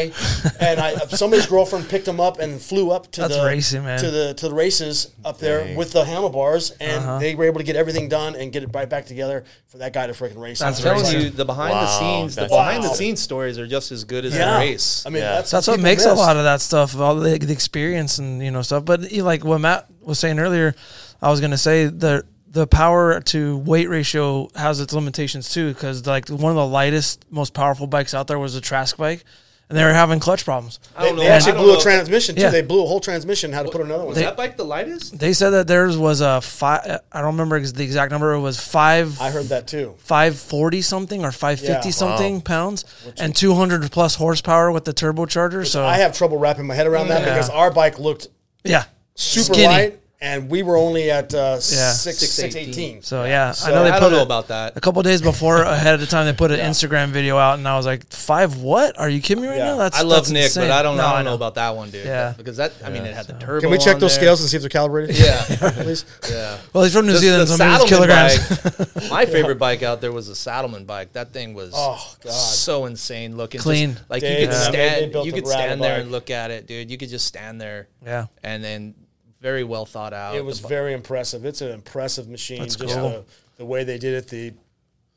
F: and I, somebody's girlfriend picked them up and flew up to
E: That's
F: the
E: racing, man.
F: to the to the races up there with the handlebars, and
E: Uh-huh.
F: they were able to get everything done and get it right back together for that guy to freaking race.
E: That's
F: on.
E: right.
G: I'm telling
E: Crazy.
G: you, the behind the
D: Wow,
G: scenes, the
D: that's
G: behind the
F: awesome.
G: scenes stories are just as good as
F: Yeah.
G: the race.
F: I mean,
D: Yeah.
F: that's,
E: That's what makes a lot of that stuff, all the, the experience and you know stuff. But you know, like what Matt was saying earlier, I was gonna say the the power to weight ratio has its limitations too, because like one of the lightest, most powerful bikes out there was the Trask bike, and they were having clutch problems.
G: I
F: They,
G: don't know.
F: they
G: I
F: actually
G: don't
F: blew
G: know
F: a
G: if-
F: transmission too.
E: Yeah.
F: They blew a whole transmission. How to put another one?
G: Was that bike the lightest?
E: They said that theirs was a five. I don't remember ex- the exact number. It was five.
F: I heard that too.
E: Five forty something or five fifty
F: Yeah.
E: something pounds, and two hundred plus horsepower with the turbocharger. So
F: I have trouble wrapping my head around that because our bike looked
E: yeah,
F: super
E: Skinny.
F: light, and we were only at uh, six
G: Six
F: six
G: eighteen.
F: eighteen.
E: So yeah,
F: So
E: I know they
G: I
E: put
G: don't know
E: a-
G: about that.
E: A couple days before, ahead of time, they put an Instagram video out, and I was like, five what? Are you kidding me right
F: Yeah.
E: now? That's
G: I love
E: that's
G: Nick,
E: insane."
G: but I don't,
E: No,
G: I don't know. about that one, dude.
E: Yeah.
G: because that I mean, it had the turbo.
F: Can we check
G: on
F: those
G: there.
F: scales and see if they're calibrated?
G: Yeah,
F: please.
G: yeah.
E: Well, he's from New
G: The-
E: Zealand,
G: the
E: so maybe it's kilograms.
G: Saddleman bike- my favorite bike out there was the Saddleman bike. That thing was
F: Oh, God.
G: so insane looking. Just
E: Clean.
G: like
F: Dave,
G: you could
F: yeah. they- they
G: stand,
F: built
G: you
F: a
G: could
F: rattle
G: stand there
F: bike.
G: and look at it, dude. You could just stand there.
E: Yeah.
G: and then very well thought out.
F: It was very impressive. It's an impressive machine.
E: That's
F: just
E: cool.
F: the, the way they did it. The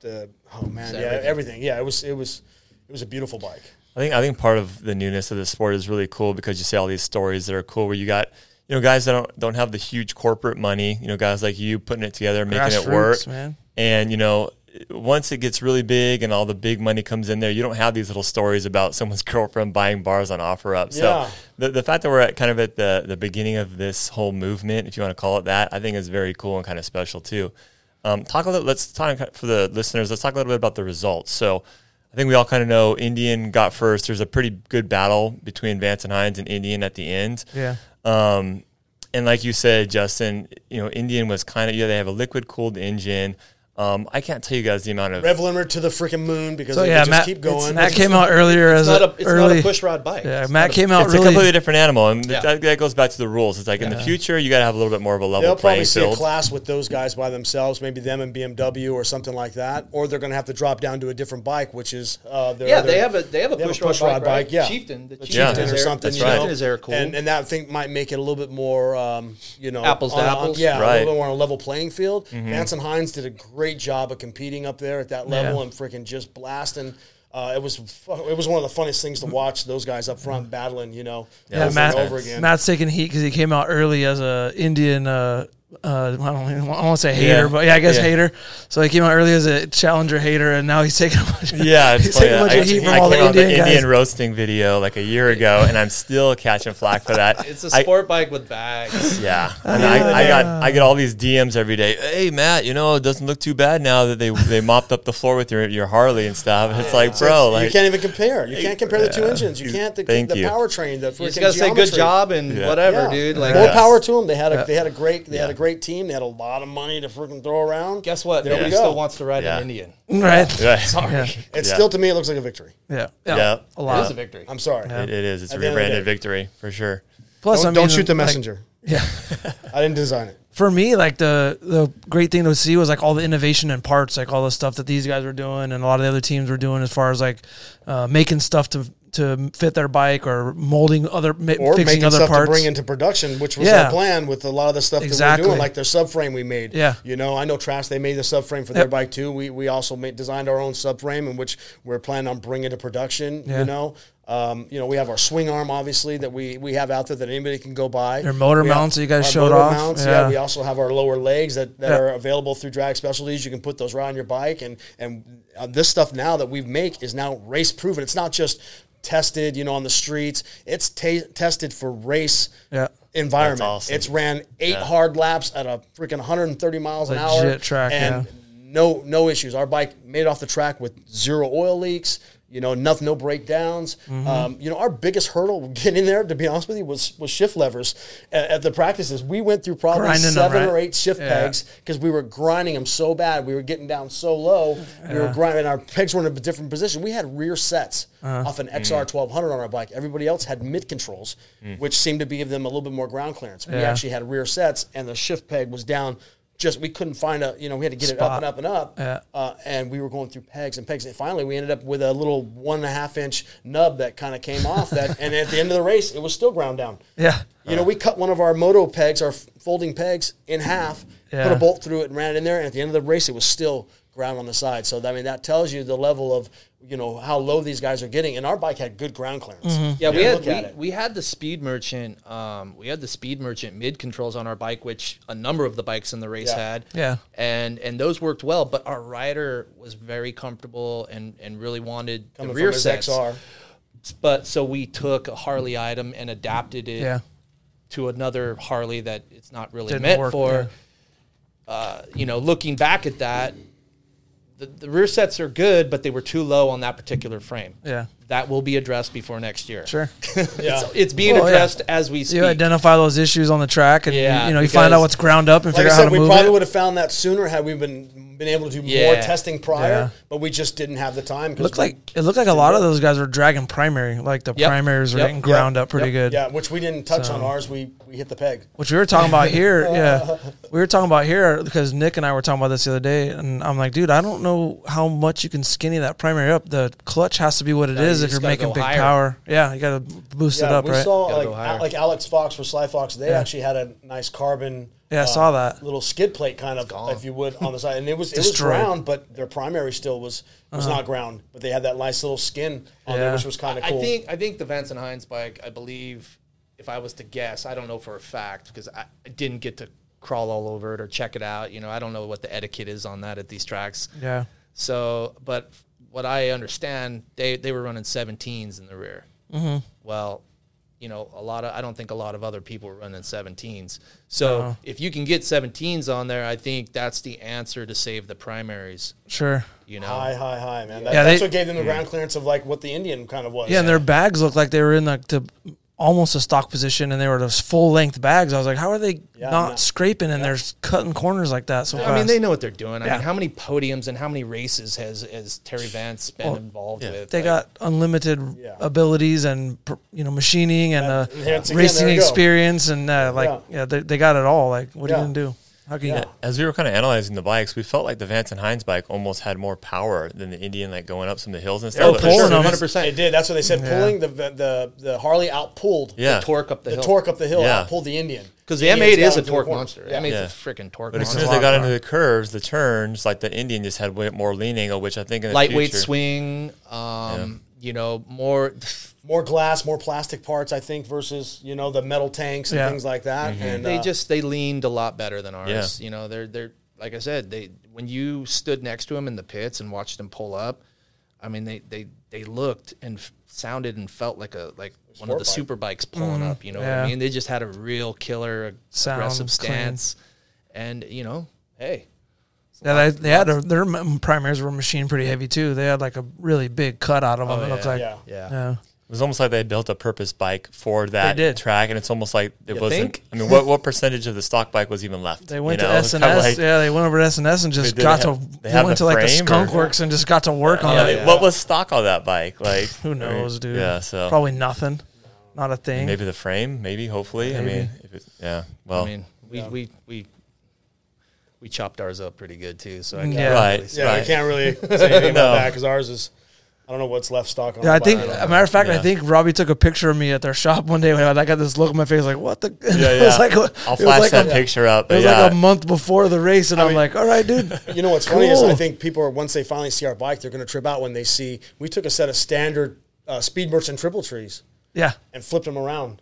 F: the oh man, yeah,
G: everything.
F: everything. Yeah, it was it was it was a beautiful bike.
D: I think I think part of the newness of the sport is really cool because you see all these stories that are cool where you got you know guys that don't don't have the huge corporate money, you know guys like you putting it together, making it
E: Grassroots,
D: work,
E: man.
D: And you know once it gets really big and all the big money comes in there, you don't have these little stories about someone's girlfriend buying bars on offer up.
F: Yeah.
D: So the, the fact that we're at kind of at the the beginning of this whole movement, if you want to call it that, I think is very cool and kind of special too. Um, talk a little. Let's talk for the listeners. Let's talk a little bit about the results. So, I think we all kind of know Indian got first. There's a pretty good battle between Vance and Hines and Indian at the end.
E: Yeah.
D: Um, and like you said, Justin, you know, Indian was kind of yeah. They have a liquid cooled engine. Um, I can't tell you guys the amount of
F: Rev limiter to the freaking moon because
E: So
F: they
E: yeah,
F: could just
E: Matt,
F: keep
E: it's-
F: going.
E: Matt came out earlier as
G: it's not
E: a,
G: a, it's
E: early.
G: not a push rod bike.
E: yeah,
G: It's
E: Matt
G: not a-
E: came out
D: it's a completely
E: really.
D: different animal, and
G: Yeah.
D: that, that goes back to the rules. It's like in the future, you got to have a little bit more of a level
F: They'll probably
D: playing
F: see a
D: field.
F: class with those guys by themselves, maybe them and BMW or something like that, or they're going to have to drop down to a different bike, which is uh, their
G: Yeah,
F: their-
G: they have a they have a
F: they have a
G: push, rod, bike, right?
F: yeah.
G: Chieftain, the,
F: Chieftain
G: Chieftain is
F: or
G: air-
F: something.
G: The
F: you know?
G: Chieftain is air cool.
F: and, and that thing might make it a little bit more, um, you know,
G: Apples to
F: on- on-
G: apples.
F: yeah, a
D: Right. Mm-hmm.
F: little bit more on a level playing field. Vance and Hines did a great job of competing up there at that level
E: Yeah.
F: and freaking just blasting. Uh, it was fu- it was one of the funniest things to watch those guys up front battling, you know,
E: Yeah,
F: over
E: Matt,
F: and over again.
E: Matt's taking heat because he came out early as a Indian. Uh, uh, I don't even, I want to say hater, but yeah, I guess
D: Yeah.
E: hater. So he came out early as a challenger hater, and now he's taking a bunch. Of,
D: Yeah, it's
E: he's taking
D: funny.
E: a bunch
D: I,
E: of
D: I
E: heat from all the
D: came on
E: Indian
D: the
E: guys.
D: Indian roasting video like a year ago, and I'm still catching flack for that.
G: It's a
D: I-
G: sport bike with bags.
D: Yeah, and I, I got I get all these DMs every day. Hey Matt, you know it doesn't look too bad now that they they mopped up the floor with your your Harley and stuff. It's like, bro,
F: you
D: like
F: can't even compare. You can't compare the two engines. You can't the,
D: Thank
F: the
D: you.
F: powertrain. The
G: You just
F: freaking
G: gotta say good
F: geometry.
G: job and
D: Yeah.
G: whatever,
F: Yeah.
G: dude. Like
F: more
D: Yeah.
F: power to them. They had a they had a great they had a great team. They had a lot of money to freaking throw around.
G: guess what?
F: There we
G: Nobody
F: go.
G: still wants to ride
D: Yeah.
G: an Indian.
E: right?
D: Right.
E: Yeah.
F: It's
D: Yeah.
F: still to me it looks like a victory.
E: yeah,
D: Yeah.
E: a
G: It
E: lot.
G: is a victory.
F: I'm sorry.
D: It, it is. It's a
F: At the end of the
D: rebranded
F: day.
D: victory for sure.
E: Plus,
F: Don't,
E: I mean,
F: don't shoot the
E: like,
F: messenger.
E: yeah.
F: I didn't design it.
E: for me, like the the great thing to see was like all the innovation in parts, like all the stuff that these guys were doing and a lot of the other teams were doing as far as like uh, making stuff to to fit their bike or molding other ma-
F: Or
E: fixing
F: making
E: other
F: stuff
E: parts.
F: to bring into production, which was
E: Yeah.
F: our plan with a lot of the stuff that
E: Exactly.
F: we we're doing, like their subframe we made.
E: Yeah.
F: You know, I know Trash, they made the subframe for their bike too. We, we also made, designed our own subframe in which we're planning on bringing to production,
E: Yeah.
F: you know. Um, you know, we have our swing arm, obviously, that we, we have out there that anybody can go buy.
E: Their motor
F: We have
E: mounts that you guys
F: our
E: showed
F: motor
E: off.
F: Mounts,
E: Yeah.
F: yeah. we also have our lower legs that, that
E: Yeah.
F: are available through Drag Specialties. You can put those right on your bike, and and uh, this stuff now that we make is now race proven. It's not just tested, you know, on the streets. It's ta- tested for race
E: Yeah.
F: environment.
D: That's awesome.
F: It's ran eight hard laps at a freaking 130 miles an hour
E: Legit track,
F: and
E: yeah.
F: no no issues. Our bike made it off the track with zero oil leaks. You know, enough no breakdowns.
E: Mm-hmm.
F: Um, you know, our biggest hurdle getting there, to be honest with you, was was shift levers at, at the practices. We went through probably
E: Grinding 'em,
F: seven
E: right?
F: or eight shift
E: Yeah.
F: pegs because we were grinding them so bad. We were getting down so low. We were grinding. Our pegs were in a different position. We had rear sets
E: Uh-huh.
F: off an XR 1200 on our bike. Everybody else had mid controls, which seemed to be give them a little bit more ground clearance. We
E: Yeah.
F: actually had rear sets, and the shift peg was down. Just we couldn't find a you know we had to get it up
E: Spot.
F: and up and up,
E: Yeah.
F: uh, and we were going through pegs and pegs, and finally we ended up with a little one and a half inch nub that kind of came off that, and at the end of the race it was still ground down.
E: Yeah.
F: You know, we cut one of our moto pegs, our f- folding pegs, in half, put
E: Yeah.
F: a bolt through it, and ran it in there. And at the end of the race, it was still ground on the side. So I mean, that tells you the level of you know how low these guys are getting. And our bike had good ground clearance.
E: Mm-hmm.
G: Yeah, we
F: look at
G: had
F: it.
G: we, we had the speed merchant. Um, we had the speed merchant mid controls on our bike, which a number of the bikes in the race
F: Yeah.
G: had.
E: Yeah.
G: and and those worked well. But our rider was very comfortable and and really wanted
F: Coming
G: the rear
F: from his
G: sets.
F: XR.
G: But so we took a Harley item and adapted it
E: Yeah.
G: to another Harley that it's not really
E: Didn't
G: meant
E: work,
G: for. Uh, you know, looking back at that, the, the rear sets are good, but they were too low on that particular frame.
E: Yeah.
G: That will be addressed before next year.
E: Sure.
F: Yeah.
G: It's, it's being
E: Well, yeah.
G: addressed as we speak.
E: You identify those issues on the track, and
G: Yeah,
E: you, you know you find
G: because-
E: out what's ground up and
F: like
E: figure
F: I
E: out how
F: said,
E: to
F: we
E: move
F: probably
E: it.
F: would have found that sooner had we been been able to do more
G: Yeah.
F: testing prior,
E: Yeah.
F: but we just didn't have the time. 'cause
E: Looked
F: we-
E: like it looked like a lot of those guys were dragging primary, like the
G: Yep.
E: primaries were
G: Yep.
E: getting ground
G: Yep.
E: up pretty
G: Yep.
E: good.
F: yeah, which we didn't touch on ours. We we hit the peg.
E: Which we were talking about here, yeah. We were talking about here because Nick and I were talking about this the other day, and I'm like, dude, I don't know how much you can skinny that primary up. The clutch has to be what it is
G: you
E: if
G: just
E: you're
G: gotta
E: making
G: go
E: big
G: higher.
E: power. Yeah, you got to boost it up,
F: we
E: right?
F: saw
G: Gotta
F: like,
G: go higher.
F: Al- like Alex Fox for Sly Fox. They actually had a nice carbon. uh,
E: Yeah, I saw that.
F: little skid plate kind of, if you would, on the side, and it was it was
E: Destroyed. Uh-huh.
F: ground, but their primary still was was not ground, but they had that nice little skin on there,
E: Yeah.
F: which was kind of
G: I
F: cool.
G: think I think the Vance and Hines bike. I believe, if I was to guess, I don't know for a fact because I, I didn't get to crawl all over it or check it out. You know, I don't know what the etiquette is on that at these tracks.
E: yeah,
G: So, but what I understand, they they were running 17s in the rear.
D: Mm-hmm.
G: Well, you know, a lot of I don't think a lot of other people were running 17s. So, if you can get 17s on there, I think that's the answer to save the primaries.
E: sure.
G: You know,
F: high, high, high, man. That,
E: Yeah,
F: that's
E: they-
F: what gave them the ground clearance of like what the Indian kind of was.
E: Yeah, and their bags looked like they were in like the almost a stock position, and they were those full length bags. I was like, how are they not
F: no.
E: scraping and they're s- cutting corners like that so fast?
G: I mean, they know what they're doing. I
E: Yeah.
G: mean, how many podiums and how many races has, has Terry Vance been involved with?
E: they
G: Like,
E: got unlimited
F: Yeah.
E: abilities and pr- you know machining and uh,
F: Yeah, it's again,
E: racing
F: there you go.
E: experience and uh, like
F: Yeah.
E: yeah, they, they got it all. Like, what
F: Yeah.
E: are you gonna do? How can you?
D: As we were kind of analyzing the bikes, we felt like the Vance and Hines bike almost had more power than the Indian, like going up some of the hills and stuff.
G: Oh, for
D: But-
G: sure,
E: pulling 'em.
G: 100%.
F: It did. That's what they said. Pulling the the the Harley out pulled.
D: Yeah.
G: Torque up the,
F: The
G: hill.
F: torque up the hill
D: Yeah.
F: out pulled the Indian
G: Because the
F: Indians
G: M8
F: got
G: is a
F: into the
G: torque
F: corner.
G: monster.
F: Yeah.
G: M8
D: Yeah.
G: is a freaking torque
D: But as
G: monster.
D: soon as they got into the curves, the turns, like the Indian just had way more leaning, uh, which I think in the
G: Lightweight
D: future-
G: swing, um, you know, more.
F: More glass, more plastic parts, I think, versus you know the metal tanks and
E: Yeah.
F: things like that. And
G: They
F: uh,
G: just they leaned a lot better than ours.
D: Yeah.
G: You know, they're they're like I said, they when you stood next to them in the pits and watched them pull up, I mean they they they looked and f- sounded and felt like a like one of the super bikes
D: Mm-hmm.
G: pulling up. You know what I
E: yeah.
G: mean? They just had a real killer ag-
E: Sound,
G: aggressive
E: clean.
G: stance, and you know, hey,
E: Yeah, they, they had a, their m- primaries were machined pretty heavy too. They had like a really big cut out of them. it looked like
F: Oh, yeah.
G: yeah.
E: yeah.
D: It was almost like they built a purpose bike for that
E: did.
D: track, and it's almost like it wasn't.
G: think?
D: I mean, what what percentage of the stock bike was even left?
E: They went
D: you know?
E: to
D: It's
E: S and
D: kinda
E: S.
D: like-
E: Yeah, they went over to S and S and
D: did
E: just
D: they
E: got
D: have-
E: to
D: they have
E: went
D: the
E: to like the
D: frame, or-
E: Skunk Works and just got to work on
D: yeah,
E: it.
D: they- What was stock on that bike? Like
E: Who knows, dude?
D: Yeah, so
E: probably nothing, not a thing.
D: maybe the frame, maybe hopefully. I mean, if it, yeah. Well,
G: I mean, we we we we chopped ours up pretty good too. So I can't
E: Yeah.
D: right,
F: Yeah,
D: right.
F: I can't really say anything
D: No.
F: about that because ours is. I don't know what's left stock on.
E: Yeah,
F: the
E: I think.
F: bottom.
E: a matter of fact, I
D: Yeah.
E: think Robbie took a picture of me at their shop one day, and I got this look on my face, like, "What the?"
D: Yeah,
E: it was like a-
D: I'll
E: it was
D: flash
E: like
D: that
E: a-
D: picture up.
E: It
D: But
E: was
D: yeah,
E: like a month before the race, and I am
F: mean-
E: like, "All right, dude."
F: You know what's funny is I
E: Cool.
F: think people are once they finally see our bike, they're going to trip out when they see we took a set of standard uh, speed merchant triple trees
E: Yeah,
F: and flipped them around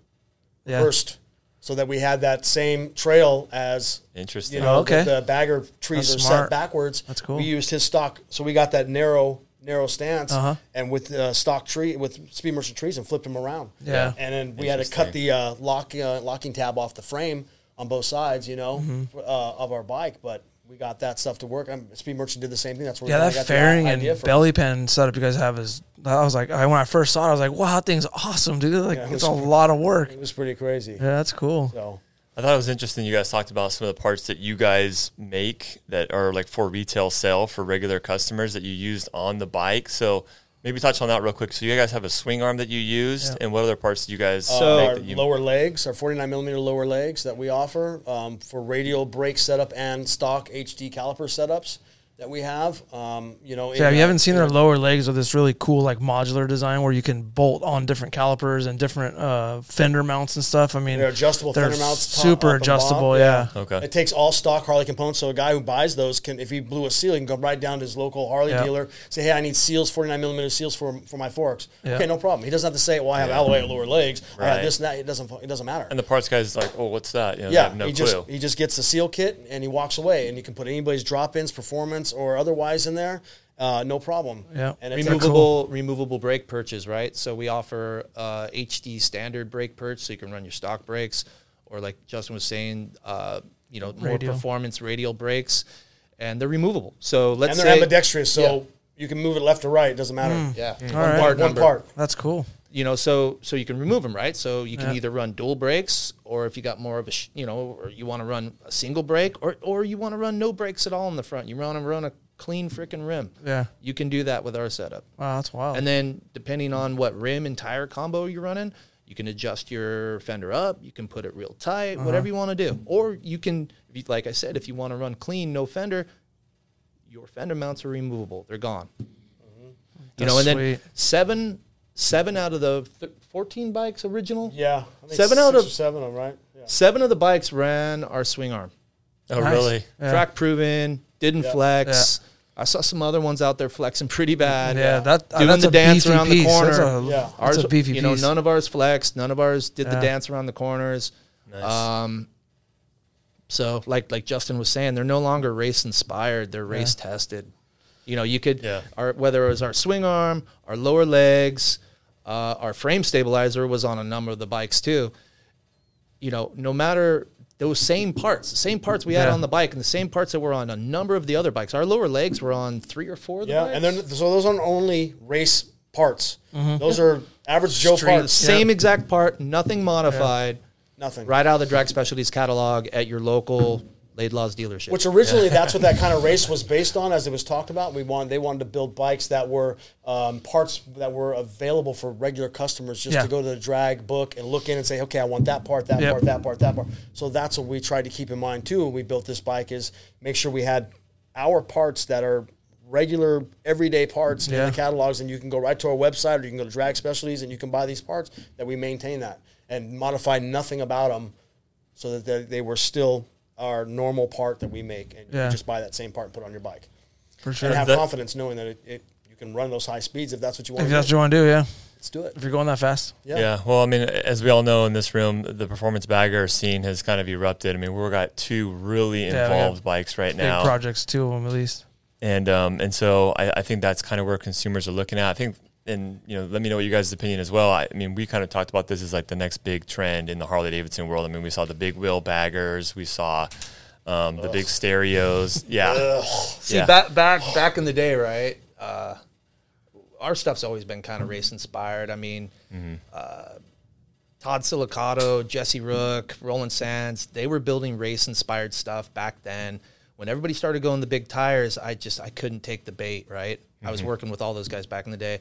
E: yeah.
F: first, so that we had that same trail as
D: interesting.
F: you know
E: Oh, Okay.
F: the, the bagger trees
E: That's
F: are set
E: smart.
F: backwards.
E: That's cool.
F: We used his stock, so we got that narrow narrow stance
E: Uh-huh.
F: and with uh, stock tree with speed merchant trees and flipped them around.
E: Yeah.
F: and then we had to cut the uh,
E: Mm-hmm.
F: lock uh, locking tab off the frame on both sides, you know, uh, of our bike, but. we got that stuff to work. I'm, Speed Merchant did the same thing. That's where
E: Yeah,
F: we kinda
E: that
F: got the
E: fairing and
F: idea from.
E: belly pan setup you guys have is. I was like, I, when I first saw it, I was like, wow, that thing's awesome, dude. Like,
F: it
E: it's
F: was-
E: a lot of work.
F: It was pretty crazy.
E: Yeah, that's cool.
F: So
D: I thought it was interesting. You guys talked about some of the parts that you guys make that are like for retail sale for regular customers that you used on the bike. So maybe touch on that real quick. So you guys have a swing arm that you used, and what other parts do you guys
F: uh,
D: Oh, make
F: our
D: that you
F: lower legs, our 49 millimeter lower legs that we offer um, for radial brake setup and stock HD caliper setups that we have. Um, you know,
E: So, yeah, if
F: in
E: you
F: a-
E: haven't seen
F: in
E: their
F: a-
E: lower legs with this really cool, like modular design where you can bolt on different calipers and different uh, fender mounts and stuff. I mean,
F: They're adjustable
E: They're
F: fender mounts, top, up
E: super
F: and
E: adjustable.
F: bottom,
E: yeah.
D: Okay.
F: It takes all stock Harley components. So a guy who buys those can, if he blew a seal, he can go right down to his local Harley
E: Yeah.
F: dealer, say, "Hey, I need seals, 49 millimeter seals for for my forks."
E: Yeah.
F: Okay, no problem. He doesn't have to say, "Well, I have alloy at lower legs. I
D: Right.
F: have this and that." It doesn't. fu- It doesn't matter.
D: And the parts guys is like, oh, what's that? You know, they
F: yeah,
D: have no
F: he
D: clue.
F: just he just gets the seal kit and he walks away, and you can put anybody's drop ins, performance or otherwise in there, uh, no problem.
E: Yeah.
F: and it's
E: Remove-
F: Remove-
E: cool.
G: removable removable brake perches, right? So we offer uh, HD standard brake perch, so you can run your stock brakes, or like Justin was saying, uh, you know, more
E: Radial.
G: performance radial brakes, and they're removable. So let's
F: and they're
G: say
F: ambidextrous, so
G: Yeah.
F: you can move it left or right. It doesn't matter.
G: yeah,
E: All right.
F: Part, one
G: number.
F: part.
E: That's cool.
G: you know, so so you can remove them, right? So you can
E: Yeah.
G: either run dual brakes, or if you got more of a, sh- you know, or you want to run a single brake, or or you want to run no brakes at all in the front. You want to run a clean freaking rim.
E: Yeah.
G: you can do that with our setup.
E: Wow, that's wild.
G: And then depending on what rim and tire combo you're running, you can adjust your fender up, you can put it real tight,
E: Uh-huh.
G: whatever you want to do. Or you can, if you- like I said, if you want to run clean, no fender, your fender mounts are removable. They're gone. You
E: Mm-hmm.
G: know, and
E: That's
G: then
E: sweet.
G: seven seven out of the th- 14 bikes original,
F: Yeah, I think
G: Seven
F: six
G: out
F: or
G: of-
F: seven of them, right? Yeah.
G: seven of the bikes ran our swing arm.
D: oh,
E: Nice.
D: really?
E: Yeah.
G: Track proven, didn't flex. I saw some other ones out there flexing pretty bad.
E: Yeah, that- uh,
G: doing
E: that's
G: the
E: a
G: dance
E: beefy
G: around the
E: piece.
G: corner.
E: That's a-
F: Yeah.
E: that's a beefy
G: you know,
E: piece.
G: none of ours flexed. None of ours did
E: Yeah.
G: the dance around the corners. Um, so like like Justin was saying, they're no longer race inspired. They're race tested. You know, you could
D: Yeah.
G: our whether it was our swing arm, our lower legs, uh, our frame stabilizer was on a number of the bikes too. You know, no matter those same parts, the same parts we had
E: Yeah.
G: on the bike, and the same parts that were on a number of the other bikes. Our lower legs were on three or four of the
F: Yeah,
G: bikes.
F: and then so those aren't only race parts.
G: Mm-hmm.
F: Those are average Joe
G: Straight-
F: parts.
G: same exact part, nothing modified.
F: Nothing.
G: right out of the drag specialties catalog at your local Laidlaw's dealership.
F: Which originally that's what that kind of race was based on, as it was talked about. We wanted they wanted to build bikes that were um, parts that were available for regular customers just
E: Yeah.
F: to go to the drag book and look in and say, okay, I want that part, that
E: Yep.
F: part, that part, that part. So that's what we tried to keep in mind too when we built this bike is make sure we had our parts that are regular everyday parts
E: Yeah.
F: in the catalogs and you can go right to our website or you can go to drag specialties and you can buy these parts that we maintain that and modify nothing about them so that they, they were still our normal part that we make, and
E: Yeah.
F: you just buy that same part and put it on your bike,
E: For sure.
F: and have
E: If
D: that-
F: confidence knowing that it, it you can run those high speeds if that's what you want.
E: that's what
F: to do.
E: you want to do, yeah.
F: Let's do it.
E: If you're going that fast.
F: Yeah.
D: Yeah. Well, I mean, as we all know in this room, the performance bagger scene has kind of erupted. I mean, we've got two really
E: we got
D: involved bikes right now.
E: Big projects, two of them at least.
D: and um, and so I, I think that's kind of where consumers are looking at. I think, and you know, let me know your guys' opinion as well. I, I mean, we kind of talked about this as like the next big trend in the Harley Davidson world. I mean, we saw the big wheel baggers, we saw um, the big stereos. Yeah,
G: See,
D: Yeah.
G: back back back in the day, right? Uh, our stuff's always been kind of race inspired. I mean, uh, Todd Silicato, Jesse Rook, Roland Sands, they were building race inspired stuff back then. When everybody started going the big tires, I just I couldn't take the bait, right? I was working with all those guys back in the day,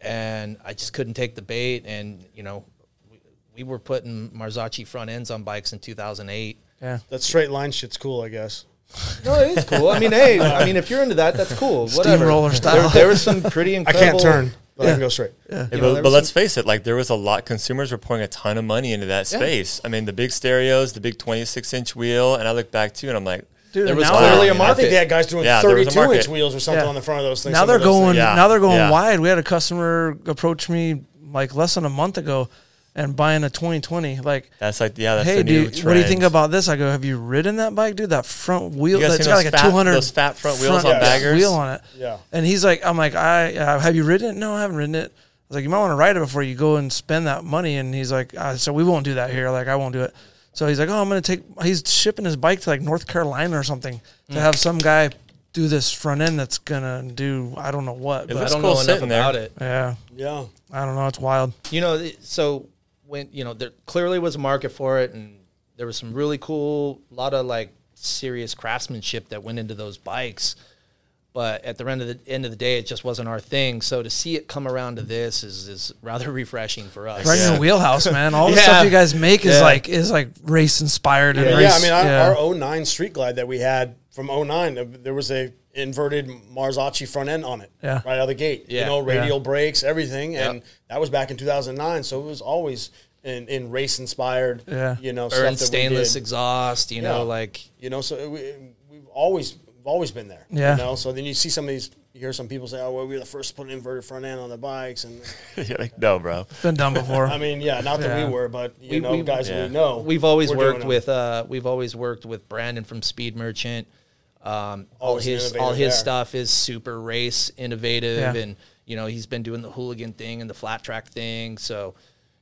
G: and I just couldn't take the bait. And you know, we, we were putting Marzocchi front ends on bikes in 2008.
E: Yeah.
F: That straight line shit's cool, I guess.
G: No, it is cool. I mean, hey, I mean, if you're into that, that's cool. Whatever.
E: Steamroller
G: There,
E: style.
G: there was some pretty
F: I
G: incredible.
F: can't turn, but I can go straight.
D: Hey,
G: know,
D: but,
G: there
D: but
G: was
D: let's face it, like there was a lot. Consumers were pouring a ton of money into that
G: Yeah.
D: space. I mean, the big stereos, the big twenty-six inch wheel, and I look back too, and I'm like,
E: Dude,
G: There was
E: now,
G: clearly
D: wow,
G: a
D: you know, I
F: I
G: market.
D: think-
F: think they had guys doing
D: Yeah, there was a
F: 32 inch
D: market.
F: wheels or something
E: Yeah.
F: on the front of those things.
E: now
F: some
E: they're
F: of those
E: going
F: things.
D: Yeah,
E: now they're going
D: yeah.
E: wide. We had a customer approach me like less than a month ago and buying a 2020. Like,
D: That's like, yeah, that's
E: hey,
D: the new
E: dude, what do you think
D: trend.
E: about this? I go, have you ridden that bike, dude? That front wheel
D: You guys
E: that's
D: seen
E: got
D: those
E: like a
D: fat-
E: 200
D: those fat front wheels on baggers?
E: wheel on it.
F: Yeah.
E: And he's like, I'm like, I uh, have you ridden it? No, I haven't ridden it. I was like, you might want to ride it before you go and spend that money. And he's like, uh, so we won't do that here. Like, I won't do it. So he's like, oh, I'm gonna take. He's shipping his bike to like North Carolina or something
D: Mm.
E: to have some guy do this front end that's gonna do I don't know what.
D: It
E: But
D: looks
G: I don't
D: cool
G: know enough
D: sitting there.
G: about it.
E: yeah,
F: Yeah.
E: I don't know. It's wild.
G: You know, th- so when you know there clearly was a market for it, and there was some really cool, a lot of like serious craftsmanship that went into those bikes. But at the end of the end of the day, it just wasn't our thing. So to see it come around to this is is rather refreshing for us.
E: Right in your wheelhouse, man. All the
G: Yeah.
E: stuff you guys make is
G: Yeah.
E: like is like race inspired and
F: Yeah,
E: race.
F: I mean, our,
E: yeah.
F: our 09 street glide that we had from 09, uh, there was a inverted Marzocchi front end on it,
E: Yeah.
F: right out of the gate.
G: Yeah.
F: You know, radial brakes, everything, and that was back in 2009. So it was always in, in race inspired.
E: Yeah.
F: you know,
G: Or
F: stuff
G: in
F: that
G: stainless
F: we did.
G: exhaust, you
F: Yeah.
G: know, like
F: You know, so we, we've always we've always been there.
E: Yeah.
F: you know, so then you see some of these. You hear some people say, "Oh, well, we were the first to put an inverted front end on the bikes," and
D: You're like, no, bro.
E: it's been done before.
F: I mean, yeah, not that
E: Yeah.
F: we were, but you
G: We-
F: know,
G: we-
F: guys,
D: Yeah.
F: we know
G: we've always
F: we're doing
G: worked
F: them.
G: with uh we've always worked with Brandon from Speed Merchant. Um, all
F: Always an
G: his
F: innovator
G: all his
F: there.
G: stuff is super race innovative
E: Yeah.
G: and you know he's been doing the hooligan thing and the flat track thing so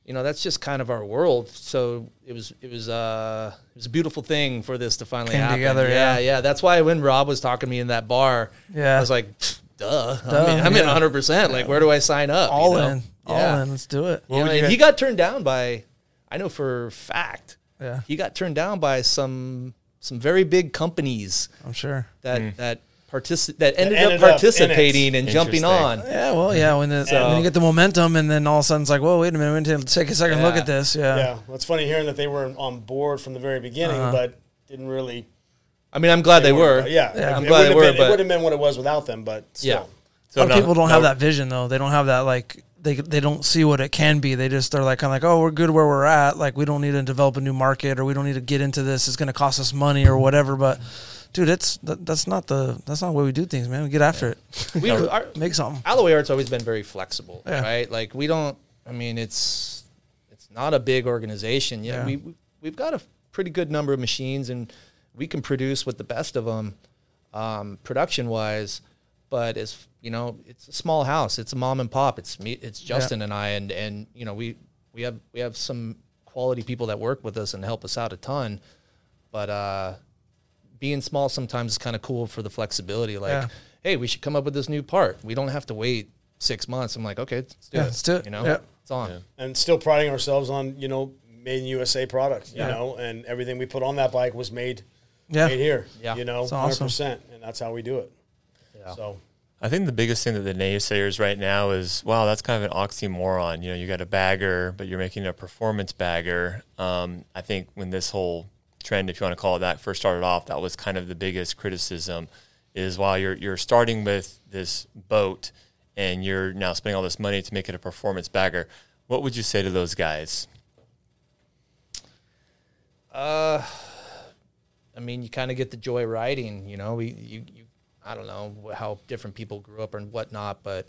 G: you know that's just kind of our world so it was it was uh it was a beautiful thing for this to finally
E: Came
G: happen
E: together,
G: yeah,
E: yeah.
G: that's why when Rob was talking to me in that bar
E: Yeah.
G: I was like duh,
E: Duh,
G: I'm in, I'm in
E: yeah.
G: 100% like where do I sign up you
E: all
G: know?
E: in, all
G: Yeah.
E: in. Let's do it.
G: You know,
D: would you
G: and
D: guys-
G: he got turned down by, I know for a fact,
E: Yeah.
G: he got turned down by some some very big companies
E: I'm sure.
G: that that partici- that
F: ended
G: ended, up
F: up in it.
G: participating and jumping on.
D: Interesting.
E: Yeah, well, yeah. When, the, when you get the momentum, and then all of a sudden it's like, whoa, wait a minute, we need to take a second look
G: Yeah.
E: at this.
F: Yeah, well, it's funny hearing that they were on board from the very beginning, but didn't really.
G: I mean, I'm glad they, were.
F: Yeah,
E: Yeah. I'm
F: it
G: glad
F: wouldn't have
G: they were,
F: been-
G: but-
F: it would have been what it was without them. But still.
G: Yeah.
D: So
E: a lot
D: no-
E: of people don't
D: no-
E: have that vision though. They don't have that like they they don't see what it can be. They just they're like kind of like oh we're good where we're at. Like we don't need to develop a new market or we don't need to get into this. It's going to cost us money or whatever. But dude, it's that, that's not the that's not the way we do things, man. We get after it.
G: We, our,
E: Make something.
G: Alloy Art's always been very flexible,
E: Yeah.
G: right? Like we don't. I mean, it's it's not a big organization yet.
E: Yeah.
G: We we- we've got a pretty good number of machines, and we can produce with the best of them, um, production wise. But as you know, it's a small house. It's a mom and pop. It's me. It's Justin and I, and and you know we we have we have some quality people that work with us and help us out a ton. But uh, being small sometimes is kind of cool for the flexibility. Like,
E: Yeah.
G: hey, we should come up with this new part. We don't have to wait six months. I'm like, okay, let's do
E: Yeah,
G: it.
E: let's do it.
G: You know,
E: Yeah.
G: it's on.
F: and still priding ourselves on you know made in USA product. You
E: Yeah.
F: know, and everything we put on that bike was made
E: Yeah.
F: made here.
G: Yeah.
F: you know,
E: It's
F: hundred
E: awesome.
F: percent, and that's how we do it. So
D: I think the biggest thing that the naysayers right now is, wow, that's kind of an oxymoron. You know, you got a bagger, but you're making a performance bagger. Um, I think when this whole trend, if you want to call it that, first started off, that was kind of the biggest criticism is while you're you're starting with this boat and you're now spending all this money to make it a performance bagger. What would you say to those guys?
G: I mean, you kind of get the joy of riding. You know, we you, you I don't know wh- how different people grew up and whatnot, but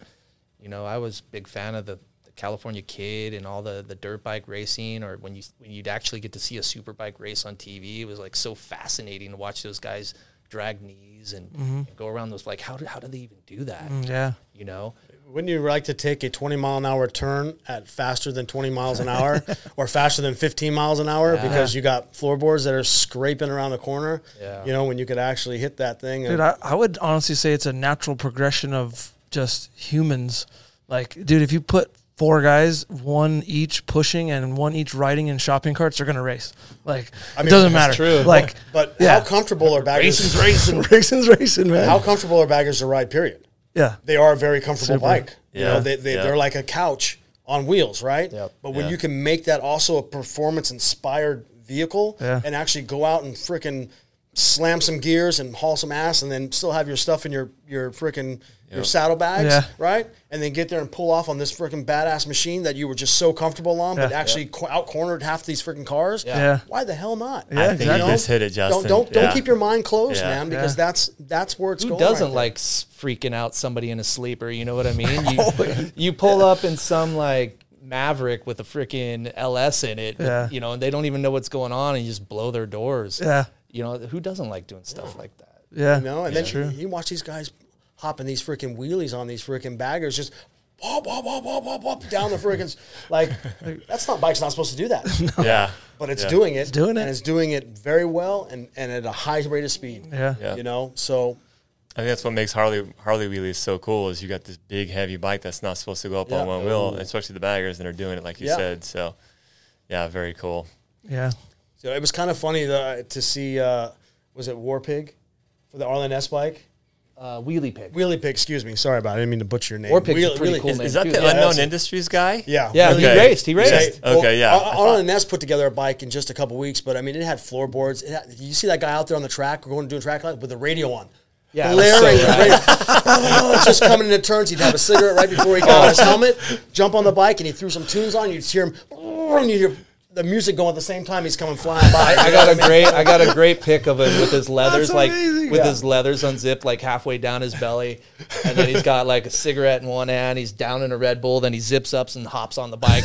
G: you know, I was a big fan of the, the California Kid and all the the dirt bike racing, or when you when you'd actually get to see a super bike race on TV, it was like so fascinating to watch those guys drag knees and, and go around those like how do, how do they even do that?
E: Mm, Yeah.
G: You know,
F: Wouldn't you like to take a 20 mile an hour turn at faster than 20 miles an hour or faster than 15 miles an hour because you got floorboards that are scraping around the corner?
G: Yeah.
F: You know, when you could actually hit that thing. And
E: Dude, I, I would honestly say it's a natural progression of just humans. Like, dude, if you put four guys, one each pushing and one each riding in shopping carts, they're gonna race. Like, it
F: mean,
E: doesn't matter.
F: that's
E: True. Like,
F: but
E: yeah.
F: how comfortable are baggers?
E: racing, racing's racing, man.
F: How comfortable are baggers to ride, period?
E: yeah,
F: They are a very comfortable
E: Super.
F: bike. You
D: Yeah.
F: know, they, they,
D: Yeah.
F: they're like a couch on wheels, right?
G: Yep.
F: But when
D: Yeah.
F: you can make that also a performance inspired vehicle
E: Yeah.
F: and actually go out and freaking slam some gears and haul some ass and then still have your stuff in your, your freaking your saddlebags,
E: Yeah.
F: right? And then get there and pull off on this freaking badass machine that you were just so comfortable on, but actually co- out cornered half these freaking cars.
E: Yeah.
F: Why the hell not?
D: I think
E: exactly.
D: you just hit it,
F: Don't
D: Justin.
F: don't, don't
D: Yeah.
F: keep your mind closed,
D: Yeah.
F: man, because
E: Yeah.
F: that's that's where it's
G: who
F: going.
G: doesn't
F: right there.
G: like s- freaking out somebody in a sleeper? You know what I mean? You, you pull up in some like Maverick with a freaking LS in it, with-
E: Yeah.
G: you know, and they don't even know what's going on, and you just blow their doors.
E: Yeah.
G: you know, who doesn't like doing stuff like that?
E: yeah.
F: You know, and then you watch these guys hopping these freaking wheelies on these freaking baggers, just wop, wop, wop, wop, wop, wop, down the freaking like that's not bike's not supposed to do that,
D: Yeah.
F: but it's
D: Yeah.
F: doing it,
E: doing it.
F: and it's doing it very well and and at a high rate of speed.
E: Yeah.
D: Yeah.
F: you know, so
D: I think that's what makes Harley Harley wheelies so cool is you got this big heavy bike that's not supposed to go up
F: Yeah.
D: on one wheel, especially the baggers that are doing it like you
F: Yeah.
D: said. So, yeah, very cool.
E: Yeah.
F: So it was kind of funny the, to see. Uh, was it War Pig for the Arlen S bike?
G: Uh, wheelie pig.
F: Wheelie Pig, excuse me. Sorry about it. I didn't mean to butcher your name.
G: War Pig's a
F: Wheelie-
G: pretty
F: Wheelie-
G: cool
D: Is,
G: name.
D: is that
G: too.
D: the
G: Yeah,
D: unknown
F: that's-
D: industries guy?
F: Yeah.
G: Yeah,
F: Wheelie
G: he
F: Pig.
G: raced. He raced.
D: Okay, yeah, I
F: Ar- Arlen and S put together a bike in just a couple weeks, but I mean, it had floorboards. It had, you see that guy out there on the track going doing track life with the radio on.
G: Yeah,
F: Blaring
G: so
F: the radio. Oh, just coming into turns, he'd have a cigarette right before he got on his
D: Oh.
F: helmet, jump on the bike, and he threw some tunes on. You'd hear him, and you'd hear the music going at the same time. He's coming flying by.
G: I got a great I got a great pic of him with his leathers
E: That's
G: like
E: amazing.
G: with his leathers unzipped like halfway down his belly, and then he's got like a cigarette in one hand. He's down in a Red Bull. Then he zips up and hops on the bike,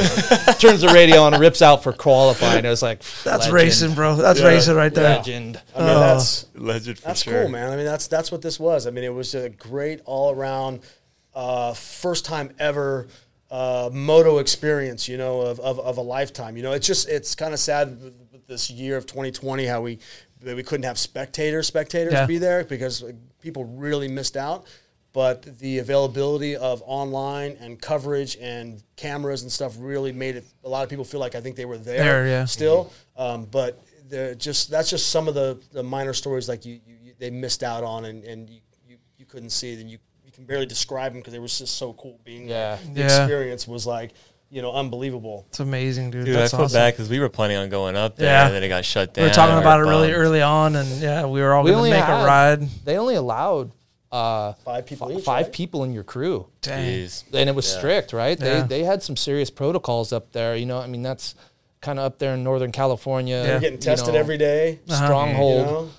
G: turns the radio on, and rips out for qualifying. I was like,
E: That's
G: legend,
E: racing, bro. That's racing right there.
G: Legend.
D: Oh.
F: I mean, that's
D: Legend for
F: That's
D: sure.
F: cool, man. I mean, that's that's what this was. I mean, it was a great all around, uh, first time ever uh, moto experience. You know, of, of, of a lifetime. You know, it's just it's kind of sad with with this year of 2020 how we that we couldn't have spectator spectators
E: Yeah.
F: be there because like, people really missed out. But the availability of online and coverage and cameras and stuff really made it. A lot of people feel like I think they were there
E: There, yeah.
F: still.
G: Mm-hmm.
F: Um, but they're just that's just some of the, the minor stories like you, you, you they missed out on and, and you, you, you couldn't see then you you can barely describe them because they were just so cool being there.
G: Yeah.
F: The
E: Yeah.
F: experience was like you know unbelievable.
E: It's amazing, dude.
D: Dude,
E: That's
D: I feel
E: awesome.
D: bad because we were planning on going up there,
E: Yeah.
D: and then it got shut
E: We
D: down.
E: were talking
D: We
E: about it
D: were
E: really
D: bummed.
E: early on, and yeah, we were all
G: We
E: going
G: only
E: to make
G: had-
E: a ride.
G: They only allowed uh,
F: Five people each,
G: five
F: right?
G: people in your crew.
E: Dang.
D: Jeez.
G: and it was strict, right?
E: Yeah.
G: They they had some serious protocols up there. You know, I mean that's kind of up there in Northern California.
E: Yeah. Uh-huh. You're
F: Getting
G: you
F: tested
G: know,
F: every day.
G: stronghold.
F: You know?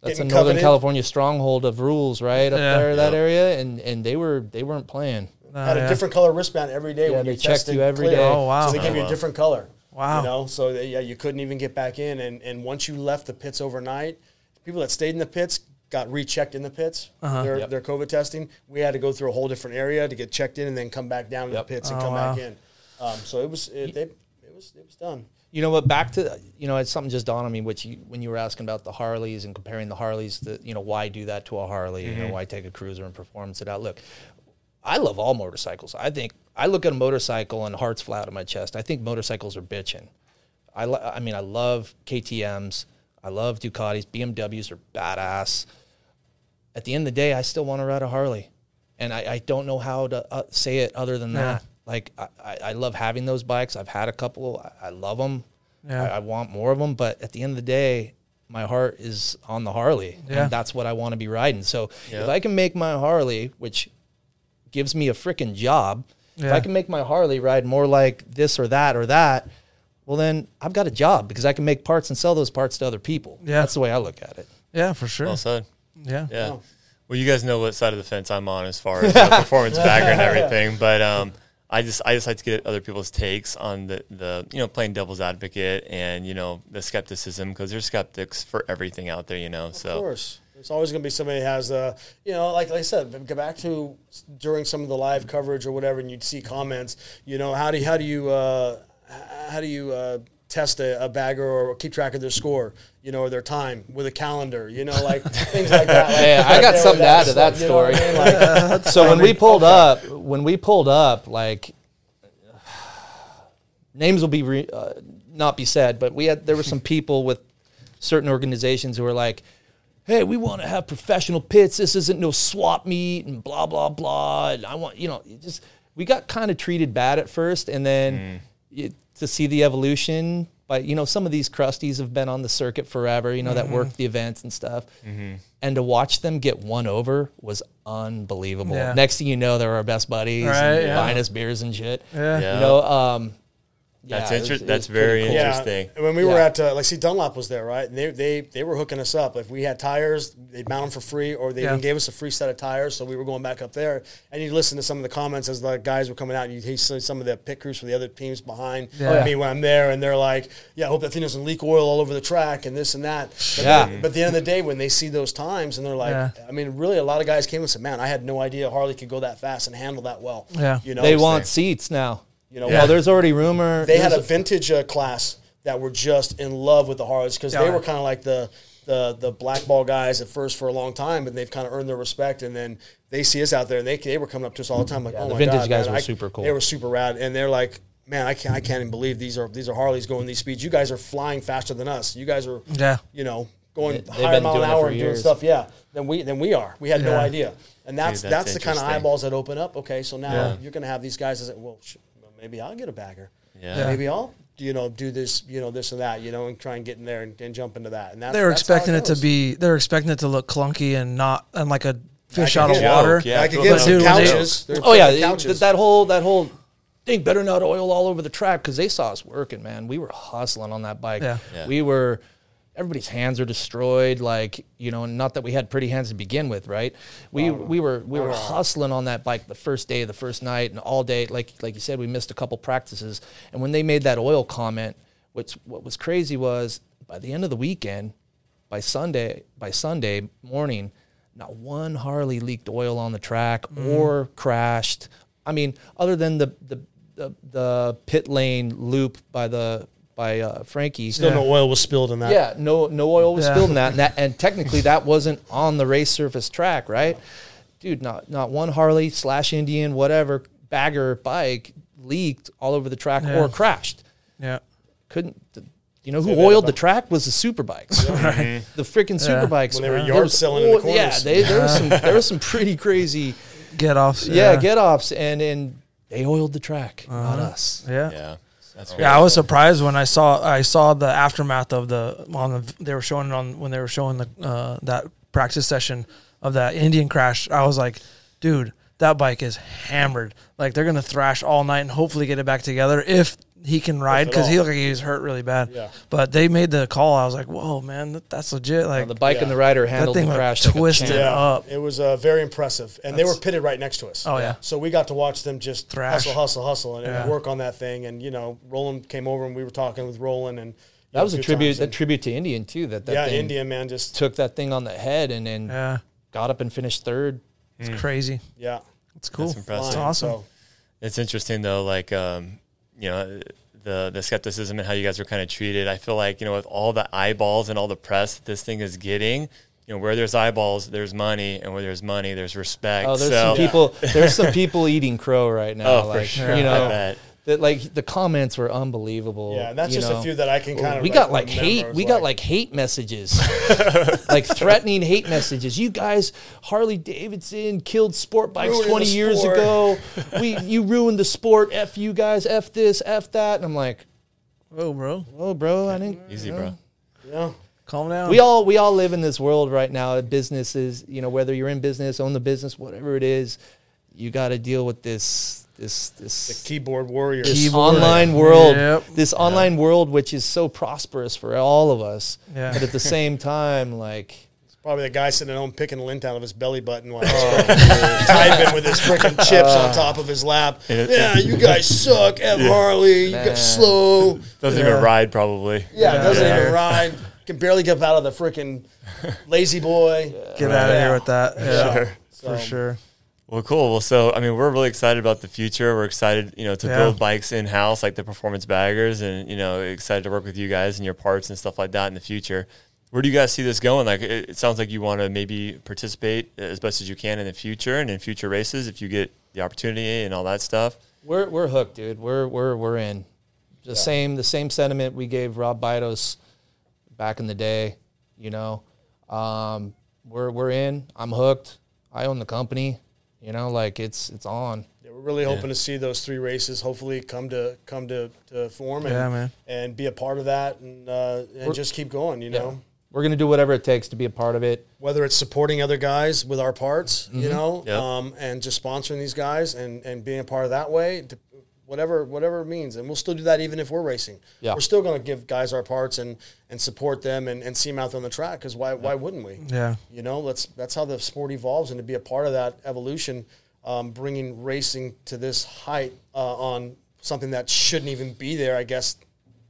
G: That's a
F: Getting
G: Northern
F: coveted.
G: California stronghold of rules, right? Up
E: Yeah.
G: there, that area, and and they were they weren't playing.
F: had a
E: Uh, yeah.
F: different color wristband every day
G: Yeah,
F: when
G: they
F: you
G: checked
F: tested
G: you every
F: clear.
G: day.
E: Oh, wow.
F: So they gave you a different color.
E: Wow.
F: You know, so they, yeah, you couldn't even get back in, and and once you left the pits overnight, people that stayed in the pits got rechecked in the pits.
E: Uh-huh.
F: Their their COVID testing. We had to go through a whole different area to get checked in, and then come back down to
G: Yep.
F: the
E: Oh,
F: pits and come back in. Um, so it was it, they it was it was done.
G: You know what? Back to you know, it's something just dawned on me. Which you, when you were asking about the Harleys and comparing the Harleys, the you know, why do that to a Harley? You know, why take a cruiser and performance it out? Look, I love all motorcycles. I think I look at a motorcycle and heart's fly out of my chest. I think motorcycles are bitching. I lo- I mean, I love KTM's. I love Ducatis. BMWs are badass. At the end of the day, I still want to ride a Harley, and I, I don't know how to uh, say it other than that. Like I, I, I love having those bikes. I've had a couple. I, I love them.
E: Yeah.
G: I, I want more of them. But at the end of the day, my heart is on the Harley,
E: Yeah.
G: and that's what I want to be riding. So if I can make my Harley, which gives me a freaking job. If
E: Yeah.
G: I can make my Harley ride more like this or that or that, well then I've got a job because I can make parts and sell those parts to other people.
E: Yeah.
G: That's the way I look at it.
E: Yeah, for sure.
D: Well said.
E: yeah.
D: Yeah.
F: Oh.
D: Well, you guys know what side of the fence I'm on as far as the performance backer and everything, but um, I just I just like to get other people's takes on the, the you know playing devil's advocate and you know the skepticism because there's skeptics for everything out there, you know.
F: Of
D: So
F: course. There's always going to be somebody that has, uh, you know, like, like I said, but go back to s- during some of the live coverage or whatever, and you'd see comments, you know, how do you, how do you, uh, h- how do you, uh, test a, a bagger or keep track of their score, you know, or their time with a calendar, you know, like things like that. Like,
G: Yeah, I got
F: there
G: something to add to
F: stuff,
G: that
F: you know what I
G: story.
F: mean? Like,
G: so when we pulled up, when we pulled up, like names will be re, uh, not be said, but we had there were some people with certain organizations who were like, "Hey, we want to have professional pits. This isn't no swap meet and blah blah blah." And I want you know, it just we got kind of treated bad at first, and then you, to see the evolution. But you know, some of these crusties have been on the circuit forever. You know that work the events and stuff. And to watch them get won over was unbelievable.
E: Yeah.
G: Next thing you know, they're our best buddies,
E: Right,
G: and
E: yeah.
G: buying us beers and shit.
E: Yeah.
D: Yeah.
G: You know, um,
D: That's
G: Yeah, it was-
D: interesting.
G: it
D: That's
G: was pretty
D: very
G: cool.
F: Yeah,
D: interesting.
F: When we were
G: Yeah.
F: at uh, like, see, Dunlop was there, right? And they they they were hooking us up. If we had tires, they'd mount them for free, or they
E: Yeah.
F: even gave us a free set of tires. So we were going back up there, and you listen to some of the comments as the guys were coming out. And you see some of the pit crews for the other teams behind
E: Yeah.
F: me when I'm there, and they're like, "Yeah, I hope that thing doesn't leak oil all over the track and this and that." But
G: Yeah.
F: But at the end of the day, when they see those times, and they're like,
E: Yeah.
F: "I mean, really, a lot of guys came and said, man, I had no idea Harley could go that fast and handle that well.'
E: Yeah.
F: you know,
G: They
F: so-
G: want seats now.
F: you know,
G: Well, there's already rumor.
F: they had a
G: there's
F: vintage uh, class that were just in love with the Harleys because they
E: Yeah.
F: were kind of like the the the black ball guys at first for a long time, and they've kind of earned their respect. And then they see us out there, and they they were coming up to us all the time like, oh
G: the
F: my
G: vintage
F: God,
G: guys
F: man,
G: were
F: I-
G: super cool.
F: They were super rad, and they're like. Man, I can't, I can't even believe these are these are Harleys going these speeds. You guys are flying faster than us. You guys are,
E: Yeah.
F: you know, going
G: they've
F: higher
G: been
F: mile an
G: doing it
F: hour
G: for
F: and doing
G: years.
F: stuff. Yeah, than we than we are. We had no
E: Yeah.
F: idea, and that's
D: Dude, that's
F: that's, the kind of
D: interesting.
F: eyeballs that open up. Okay, so now
E: Yeah.
F: you're going to have these guys that say, well, sh- well, maybe I'll get a bagger
D: Yeah.
E: Yeah.
F: maybe I'll you know do this you know this and that you know and try and get in there and, and jump into that and that's,
E: They were
F: that's how
E: expecting it, to
F: goes.
E: be. They were expecting it to look clunky and not and like a fish
F: I
E: out
F: could
E: of
F: get-
E: water.
D: Yeah.
F: I could
D: But
F: get some
E: dude, when they-
F: couches They're
G: oh yeah,
F: flipping
G: th-
F: couches
G: that whole that whole thing better not oil all over the track because they saw us working, man. We were hustling on that bike.
E: Yeah.
D: Yeah.
G: We were. Everybody's hands are destroyed, like you know. Not that we had pretty hands to begin with, right? We we were we were hustling on that bike the first day, the first night, and all day. Like like you said, we missed a couple practices. And when they made that oil comment, what's what was crazy was by the end of the weekend, by Sunday by Sunday morning, not one Harley leaked oil on the track
F: Mm.
G: or crashed. I mean, other than the the the, the pit lane loop by the by uh, Frankie.
F: still no oil was spilled in that
G: yeah, no no oil was
E: Yeah.
G: spilled in that, and that and technically that wasn't on the race surface track, right? Dude, not not one Harley slash Indian whatever bagger bike leaked all over the track
E: Yeah.
G: or crashed
E: Yeah.
G: couldn't. You know who oiled the track was the superbikes, the freaking superbikes.
F: When they were
G: There
F: yard
G: was
F: selling in the
G: oil- Yeah,
F: corners.
G: they, there was some there was some pretty crazy
E: Get offs.
G: yeah, get offs and and they oiled the track, not us.
E: Uh-huh. Yeah.
D: Yeah. That's great.
E: Yeah, I was surprised when I saw I saw the aftermath of the on the they were showing it on when they were showing the uh, that practice session of that Indian crash. I was like, dude, that bike is hammered. Like they're gonna thrash all night and hopefully get it back together if he can ride
F: at
E: because he
F: all.
E: looked like he was hurt really bad.
F: Yeah.
E: But they made the call. I was like, whoa, man, that, that's legit. Like
G: The bike and the rider
E: that
G: handled
E: thing
G: the
E: went
G: crash. like a
E: twisted
G: champ.
E: up.
F: it was uh, very impressive and they were pitted right next to us
E: Oh, yeah.
F: so we got to watch them just
E: Thrash.
F: hustle hustle hustle and, and
E: Yeah.
F: work on that thing and you know Roland came over and we were talking with Roland and you
G: That
F: know,
G: was a
F: good
G: tribute.
F: times.
G: A tribute to Indian too. That that
F: yeah
G: thing
F: Indian man just
G: took that thing on the head and then
E: Yeah,
G: got up and finished third.
E: it's crazy.
F: yeah
E: It's cool.
D: That's impressive.
E: It's
F: Flying,
E: awesome.
F: so-
D: It's interesting though, like um, you know, the the skepticism and how you guys were kind of treated. I feel like you know, with all the eyeballs and all the press that this thing is getting, you know, where there's eyeballs, there's money, and where there's money, there's respect.
G: Oh, there's
D: so,
G: some people. There's some people eating crow right now.
D: Oh, for
G: like,
D: sure.
G: You
D: I
G: know,
D: bet.
G: that like the comments were unbelievable.
F: yeah and that's
G: you
F: just
G: know.
F: a few that I can kind of
G: we got like hate. We got like hate messages, like threatening hate messages. You guys, Harley Davidson killed sport bikes
F: Ruining
G: twenty
F: the
G: years
F: sport.
G: ago. We, you ruined the sport. F you guys. F this. F that. And I'm like,
E: Whoa, bro,
G: oh, bro, I didn't.
D: easy, bro.
F: yeah.
E: calm down.
G: We all we all live in this world right now. Businesses, you know, whether you're in business, own the business, whatever it is, you got to deal with this. This this
F: keyboard warriors
G: this online world,
E: Yep.
G: this online world, which is so prosperous for all of us.
E: Yeah.
G: But at the same time, like,
F: Probably the guy sitting at home picking lint out of his belly button while he's freaking typing with his freaking chips on top of his lap. Yeah, you guys suck. F Harley, you
G: Man.
F: got slow.
D: Doesn't even ride probably.
F: Yeah, doesn't
E: Yeah.
F: even ride. Can barely get up out of the freaking lazy boy.
E: get out of
F: Yeah.
E: here with that. Yeah,
F: So,
E: for sure.
D: Well, cool. Well, so I mean, we're really excited about the future. We're excited, you know, to
E: Yeah.
D: build bikes in house, like the performance baggers, and you know, excited to work with you guys and your parts and stuff like that in the future. Where do you guys see this going? Like, it, it sounds like you want to maybe participate as best as you can in the future and in future races if you get the opportunity and all that stuff.
G: we're we're hooked, dude. We're we're we're in. The same the same sentiment we gave Rob Bidos back in the day. You know, um, we're we're in. I'm hooked. I own the company. You know, like it's it's on.
F: yeah, we're really hoping to see those three races hopefully come to come to, to form and,
E: Yeah, man.
F: and be a part of that and uh, and just keep going, you know.
G: We're gonna do whatever it takes to be a part of it.
F: whether it's supporting other guys with our parts, you know,
D: Mm-hmm. Yep.
F: um, and just sponsoring these guys and, and being a part of that way, to, whatever whatever it means, and we'll still do that even if we're racing.
G: Yeah.
F: We're still going to give guys our parts and and support them and, and see them out there on the track because why why wouldn't we?
E: Yeah.
F: You know, that's that's how the sport evolves, and to be a part of that evolution, um, bringing racing to this height uh, on something that shouldn't even be there, I guess.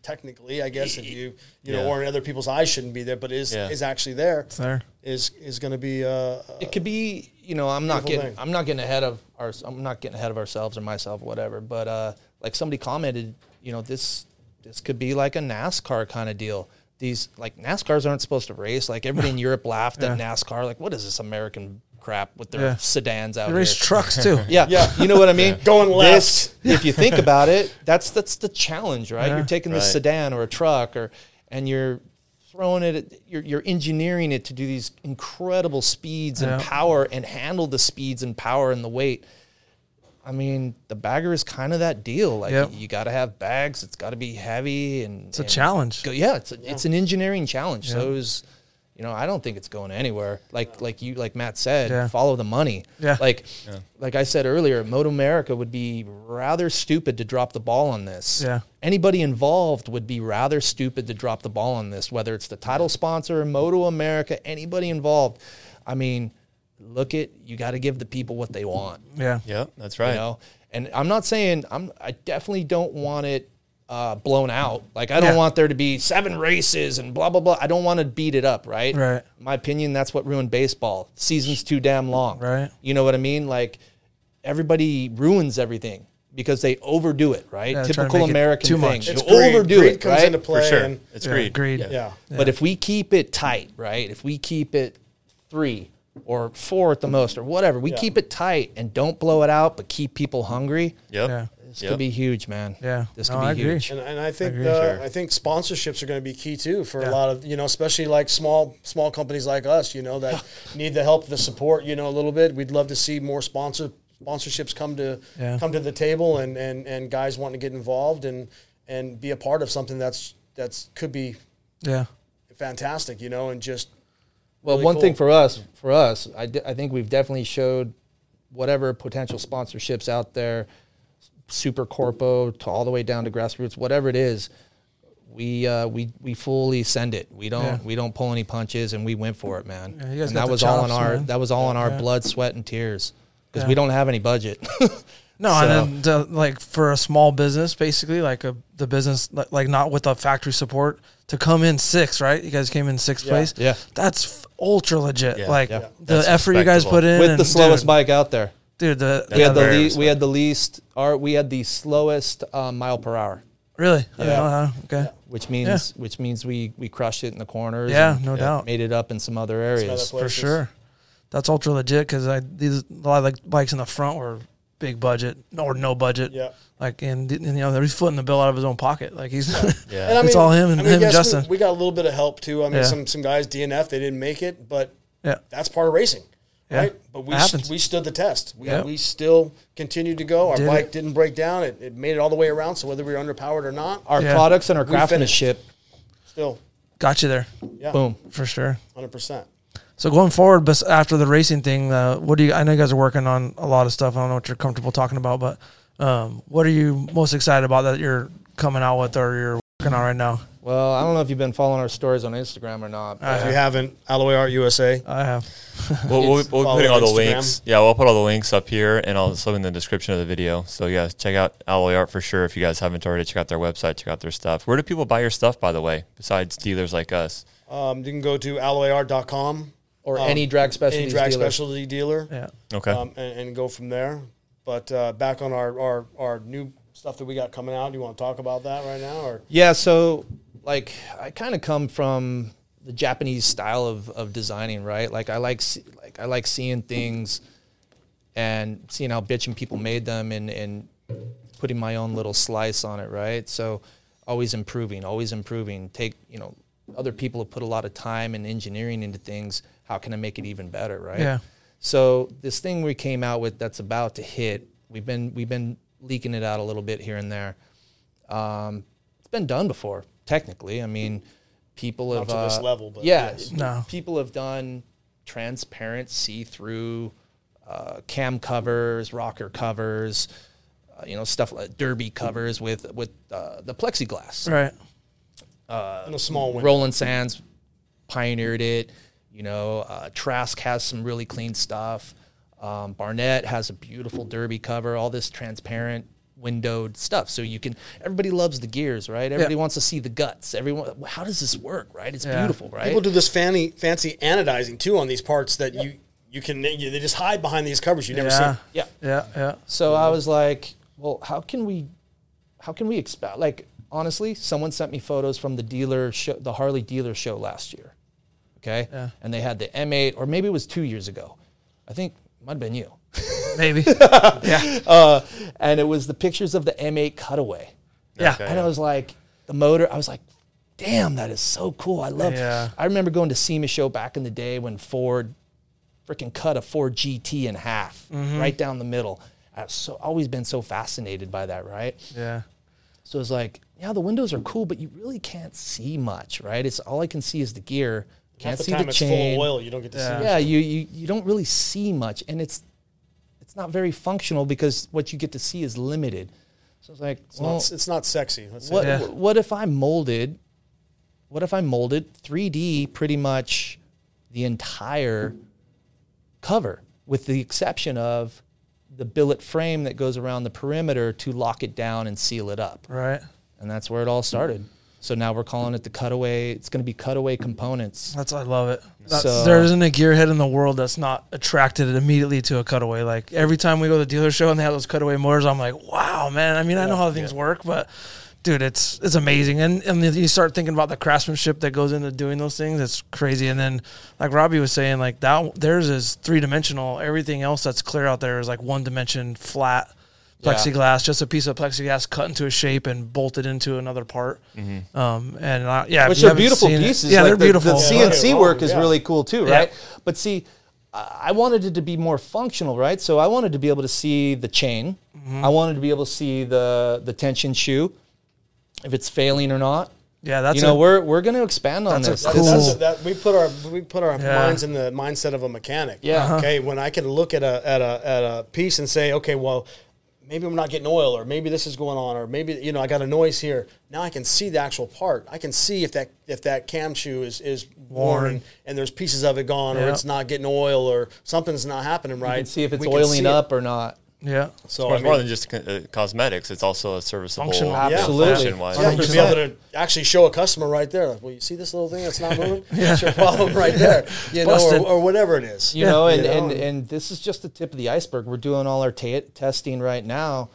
F: Technically, I guess if you you know,
D: Yeah.
F: or in other people's eyes shouldn't be there, but is
D: Yeah.
F: is actually there.
E: there.
F: Is is going to be uh,
G: it could be you know i'm not
F: Beautiful
G: getting
F: thing.
G: i'm not getting ahead of our i'm not getting ahead of ourselves or myself whatever but uh like somebody commented you know this this could be like a nascar kind of deal these like nascars aren't supposed to race like everybody in europe laughed at nascar like what is this american crap with their
E: Yeah.
G: sedans out
E: They
G: here
E: race trucks too.
G: yeah, yeah. You know what I mean?
F: Going
G: This, if you think about it, that's that's the challenge, right? You're taking this
D: Right.
G: sedan or a truck or and you're throwing it at, you're, you're engineering it to do these incredible speeds and
E: Yeah.
G: power and handle the speeds and power and the weight. I mean, the bagger is kind of that deal. Like
E: Yep.
G: you got to have bags, it's got to be heavy and
E: It's a challenge.
G: go- yeah, it's a, it's an engineering challenge. So it was, you know, I don't think it's going anywhere. Like like you like Matt said,
E: Yeah.
G: follow the money.
E: Yeah.
G: Like like I said earlier, Moto America would be rather stupid to drop the ball on this.
E: Yeah.
G: Anybody involved would be rather stupid to drop the ball on this, whether it's the title sponsor, Moto America, anybody involved. I mean, look at you got to give the people what they want
E: Yeah.
D: Yep, that's right.
G: you know and i'm not saying i'm i definitely don't want it uh, blown out like i don't
E: Yeah.
G: want there to be seven races and blah blah blah i don't want to beat it up right
E: Right.
G: my opinion that's what ruined baseball seasons too damn long
E: Right.
G: you know what i mean like everybody ruins everything because they overdo it right
E: Yeah, try to
G: typical
E: make it
G: american
E: too
G: thing
E: much.
G: you
E: It's
F: greed.
G: overdo
F: Greed
G: it
F: comes
G: right
F: into play.
D: For sure.
F: And,
D: It's
E: Yeah,
D: greed.
E: Greed.
D: Yeah.
F: yeah.
G: but if we keep it tight, right? If we keep it three or four at the most or whatever, we keep it tight and don't blow it out, but keep people hungry.
D: Yep.
E: Yeah.
G: This
D: Yep.
G: could be huge, man.
E: Yeah.
G: This
E: No,
G: could be
E: I agree.
G: huge.
F: And, and I think
E: agree.
F: uh,
D: Sure.
F: I think sponsorships are going to be key too for a lot of you know, especially like small small companies like us, you know, that need the help, the support, you know, a little bit. We'd love to see more sponsor sponsorships come to
E: Yeah.
F: come to the table and and and guys wanting to get involved and and be a part of something that's that's could be
E: Yeah.
F: fantastic, you know, and just
G: Well,
F: really
G: one thing
F: cool.
G: for us, for us, I, d- I think we've definitely showed whatever potential sponsorships out there, Super Corpo to all the way down to grassroots, whatever it is, we uh, we we fully send it. We don't
E: Yeah.
G: we don't pull any punches, and we went for it, man.
E: you guys got
G: and that
E: the
G: was all on
E: chops,
G: our
E: man.
G: that was all on our blood, sweat, and tears because we don't have any budget.
E: No,
G: So-
E: and then to, like for a small business, basically like a the business like, like not with the factory support to come in sixth, right? You guys came in sixth place.
G: Yeah.
E: that's f- ultra legit.
D: Yeah,
E: like
D: yeah.
E: the
D: That's
E: effort you guys
D: respectable.
E: put in
G: with
E: and,
G: the slowest
E: dude,
G: bike out there.
E: dude. The,
G: We had the
D: very
G: le- we had the least. Our we had the slowest uh, mile per hour.
E: really, I don't know how- okay,
G: which means which means we we crushed it in the corners.
E: yeah,
G: and
E: no doubt
G: Made it up in some other areas.
E: for sure. That's ultra legit because I these a lot of like bikes in the front were big budget or no budget.
F: Yeah.
E: like and, and you know he's footing the bill out of his own pocket. Like he's
D: Yeah.
F: And I
E: It's all him and- him and
F: yes, we-
E: Justin.
F: We, got a little bit of help too. I mean,
E: Yeah.
F: some some guys DNF, they didn't make it, but
E: yeah.
F: that's part of racing,
E: Yeah.
F: right? But we
E: It happens.
F: st- we stood the test. We,
E: Yep.
F: we still continued to go. Our
E: Did
F: bike
E: it.
F: didn't break down. It, it made it all the way around. So whether we were underpowered or not,
G: Our
E: Yeah.
G: products and our
F: We finished.
G: craftsmanship.
F: still
E: got you there
F: yeah,
G: Boom.
E: for sure.
F: hundred percent.
E: So going forward, bes- after the racing thing, uh, what do you? I know you guys are working on a lot of stuff. I don't know what you're comfortable talking about, but um, what are you most excited about that you're coming out with or you're working on right now?
G: Well, I don't know if you've been following our stories on Instagram or not. but
F: If you haven't, Alloy Art USA.
E: I have.
D: We'll, we'll,
F: It's
D: we'll be
F: follow
D: putting all the
F: Instagram.
D: links. Yeah, we'll put all the links up here and also in the description of the video. So yeah, check out Alloy Art for sure. If you guys haven't already, check out their website. Check out their stuff. Where do people buy your stuff, by the way? Besides dealers like us,
F: Um, you can go to alloyart.com
G: or
F: um,
G: any drag specialty.
F: any drag specialty dealer.
E: Yeah.
D: okay.
F: um, and, and go from there. But uh, back on our, our our new stuff that we got coming out. Do you want to talk about that right now? Or
G: Yeah, so like I kind of come from the Japanese style of, of designing, right? Like I like se- like I like seeing things and seeing how bitchin' people made them and and putting my own little slice on it, right? So always improving, always improving. Take, you know, other people have put a lot of time and engineering into things. How can I make it even better, right?
E: Yeah.
G: So this thing we came out with that's about to hit, we've been we've been leaking it out a little bit here and there. Um, it's been done before, technically. I mean, people have
F: to this
G: uh,
F: level, but
G: yeah,
F: yes.
E: No.
G: people have done transparent, see-through uh, cam covers, rocker covers, uh, you know, stuff like derby covers with with uh, the plexiglass.
E: Right.
F: in a small window.
G: Roland Sands pioneered it. You know, uh, Trask has some really clean stuff. Um, Barnett has a beautiful derby cover. All this transparent windowed stuff, so you can. Everybody loves the gears, right? Everybody wants to see the guts. Everyone, how does this work, right? It's beautiful, right?
F: People do this fancy, fancy anodizing too on these parts that you you can you, they just hide behind these covers you never
E: Yeah.
F: see.
G: yeah,
E: Yeah. Yeah.
G: So I was like, well, how can we, how can we expect? Like, honestly, someone sent me photos from the dealer show, the Harley dealer show last year. Okay. And they had the M8, or maybe it was two years ago. I think it might have been you.
E: Maybe.
G: And it was the pictures of the M8 cutaway.
E: yeah.
G: And I was like, the motor, I was like, damn, that is so cool. I love
E: Yeah.
G: I remember going to SEMA show back in the day when Ford freaking cut a Ford GT in half,
E: Mm-hmm.
G: right down the middle. I've so always been so fascinated by that, right?
E: Yeah.
G: So it's like, yeah, the windows are cool, but you really can't see much, right? It's all I can see is the gear. Can't
F: Half the
G: see
F: time
G: the
F: it's
G: chain.
F: full of oil. You don't get to see.
G: Yeah, you, you you don't really see much, and it's it's not very functional because what you get to see is limited. So it's like,
F: It's,
G: well,
F: not, it's not sexy. Let's say
G: what
E: Yeah.
G: what if I molded? What if I molded 3D pretty much the entire cover, with the exception of the billet frame that goes around the perimeter to lock it down and seal it up
E: Right.
G: and that's where it all started. So now we're calling it the cutaway. It's going to be cutaway components.
E: That's I love it. That's,
G: So-
E: there isn't a gearhead in the world that's not attracted immediately to a cutaway. Like every time we go to the dealer show and they have those cutaway motors, I'm like, wow, man. I mean, I know how things work, but dude, it's it's amazing. And and then you start thinking about the craftsmanship that goes into doing those things. It's crazy. And then like Robbie was saying, like that theirs is three dimensional. Everything else that's clear out there is like one dimension flat. Plexiglass, just a piece of plexiglass cut into a shape and bolted into another part. Um, and I, yeah, if
G: Which
E: you
G: are
E: haven't
G: beautiful
E: seen it-
G: pieces.
E: Yeah,
G: like
E: they're
G: the-
E: beautiful.
G: The
F: Yeah. Oh,
G: CNC work is
F: Yeah.
G: really cool too,
E: Yeah.
G: right? But see, I I wanted it to be more functional, right? So I wanted to be able to see the chain.
F: Mm-hmm.
G: I wanted to be able to see the the tension shoe, if it's failing or not.
E: Yeah, that's
G: you know,
E: a-
G: we're we're going to expand on
E: That's a
G: this.
E: cool-
G: This
F: That's
G: is-
E: Ooh.
F: that we put our we put our
E: Yeah.
F: minds in the mindset of a mechanic.
G: Yeah. Uh-huh.
F: Okay. When I can look at a at a at a piece and say, okay, well, maybe I'm not getting oil, or maybe this is going on, or maybe you know I got a noise here. Now I can see the actual part. I can see if that if that cam shoe is is worn,
E: Worn.
F: and there's pieces of it gone, or
E: Yeah.
F: it's not getting oil, or something's not happening right.
G: you can see if it's
F: We can see
G: oiling
F: it.
G: up or not.
E: Yeah.
F: So
D: Well,
F: I
D: it's more
F: mean,
D: than just uh, cosmetics. It's also a serviceable,
E: Functional.
D: you know,
G: Absolutely.
D: function-wise.
F: yeah, to be
E: Yeah.
F: able to actually show a customer right there, like, well, you see this little thing that's not moving? That's your problem right there, you know, or,
E: Busted.
F: or whatever it is.
G: you know, and,
F: You know,
G: and
F: and-
G: and this is just the tip of the iceberg. We're doing all our ta testing right now.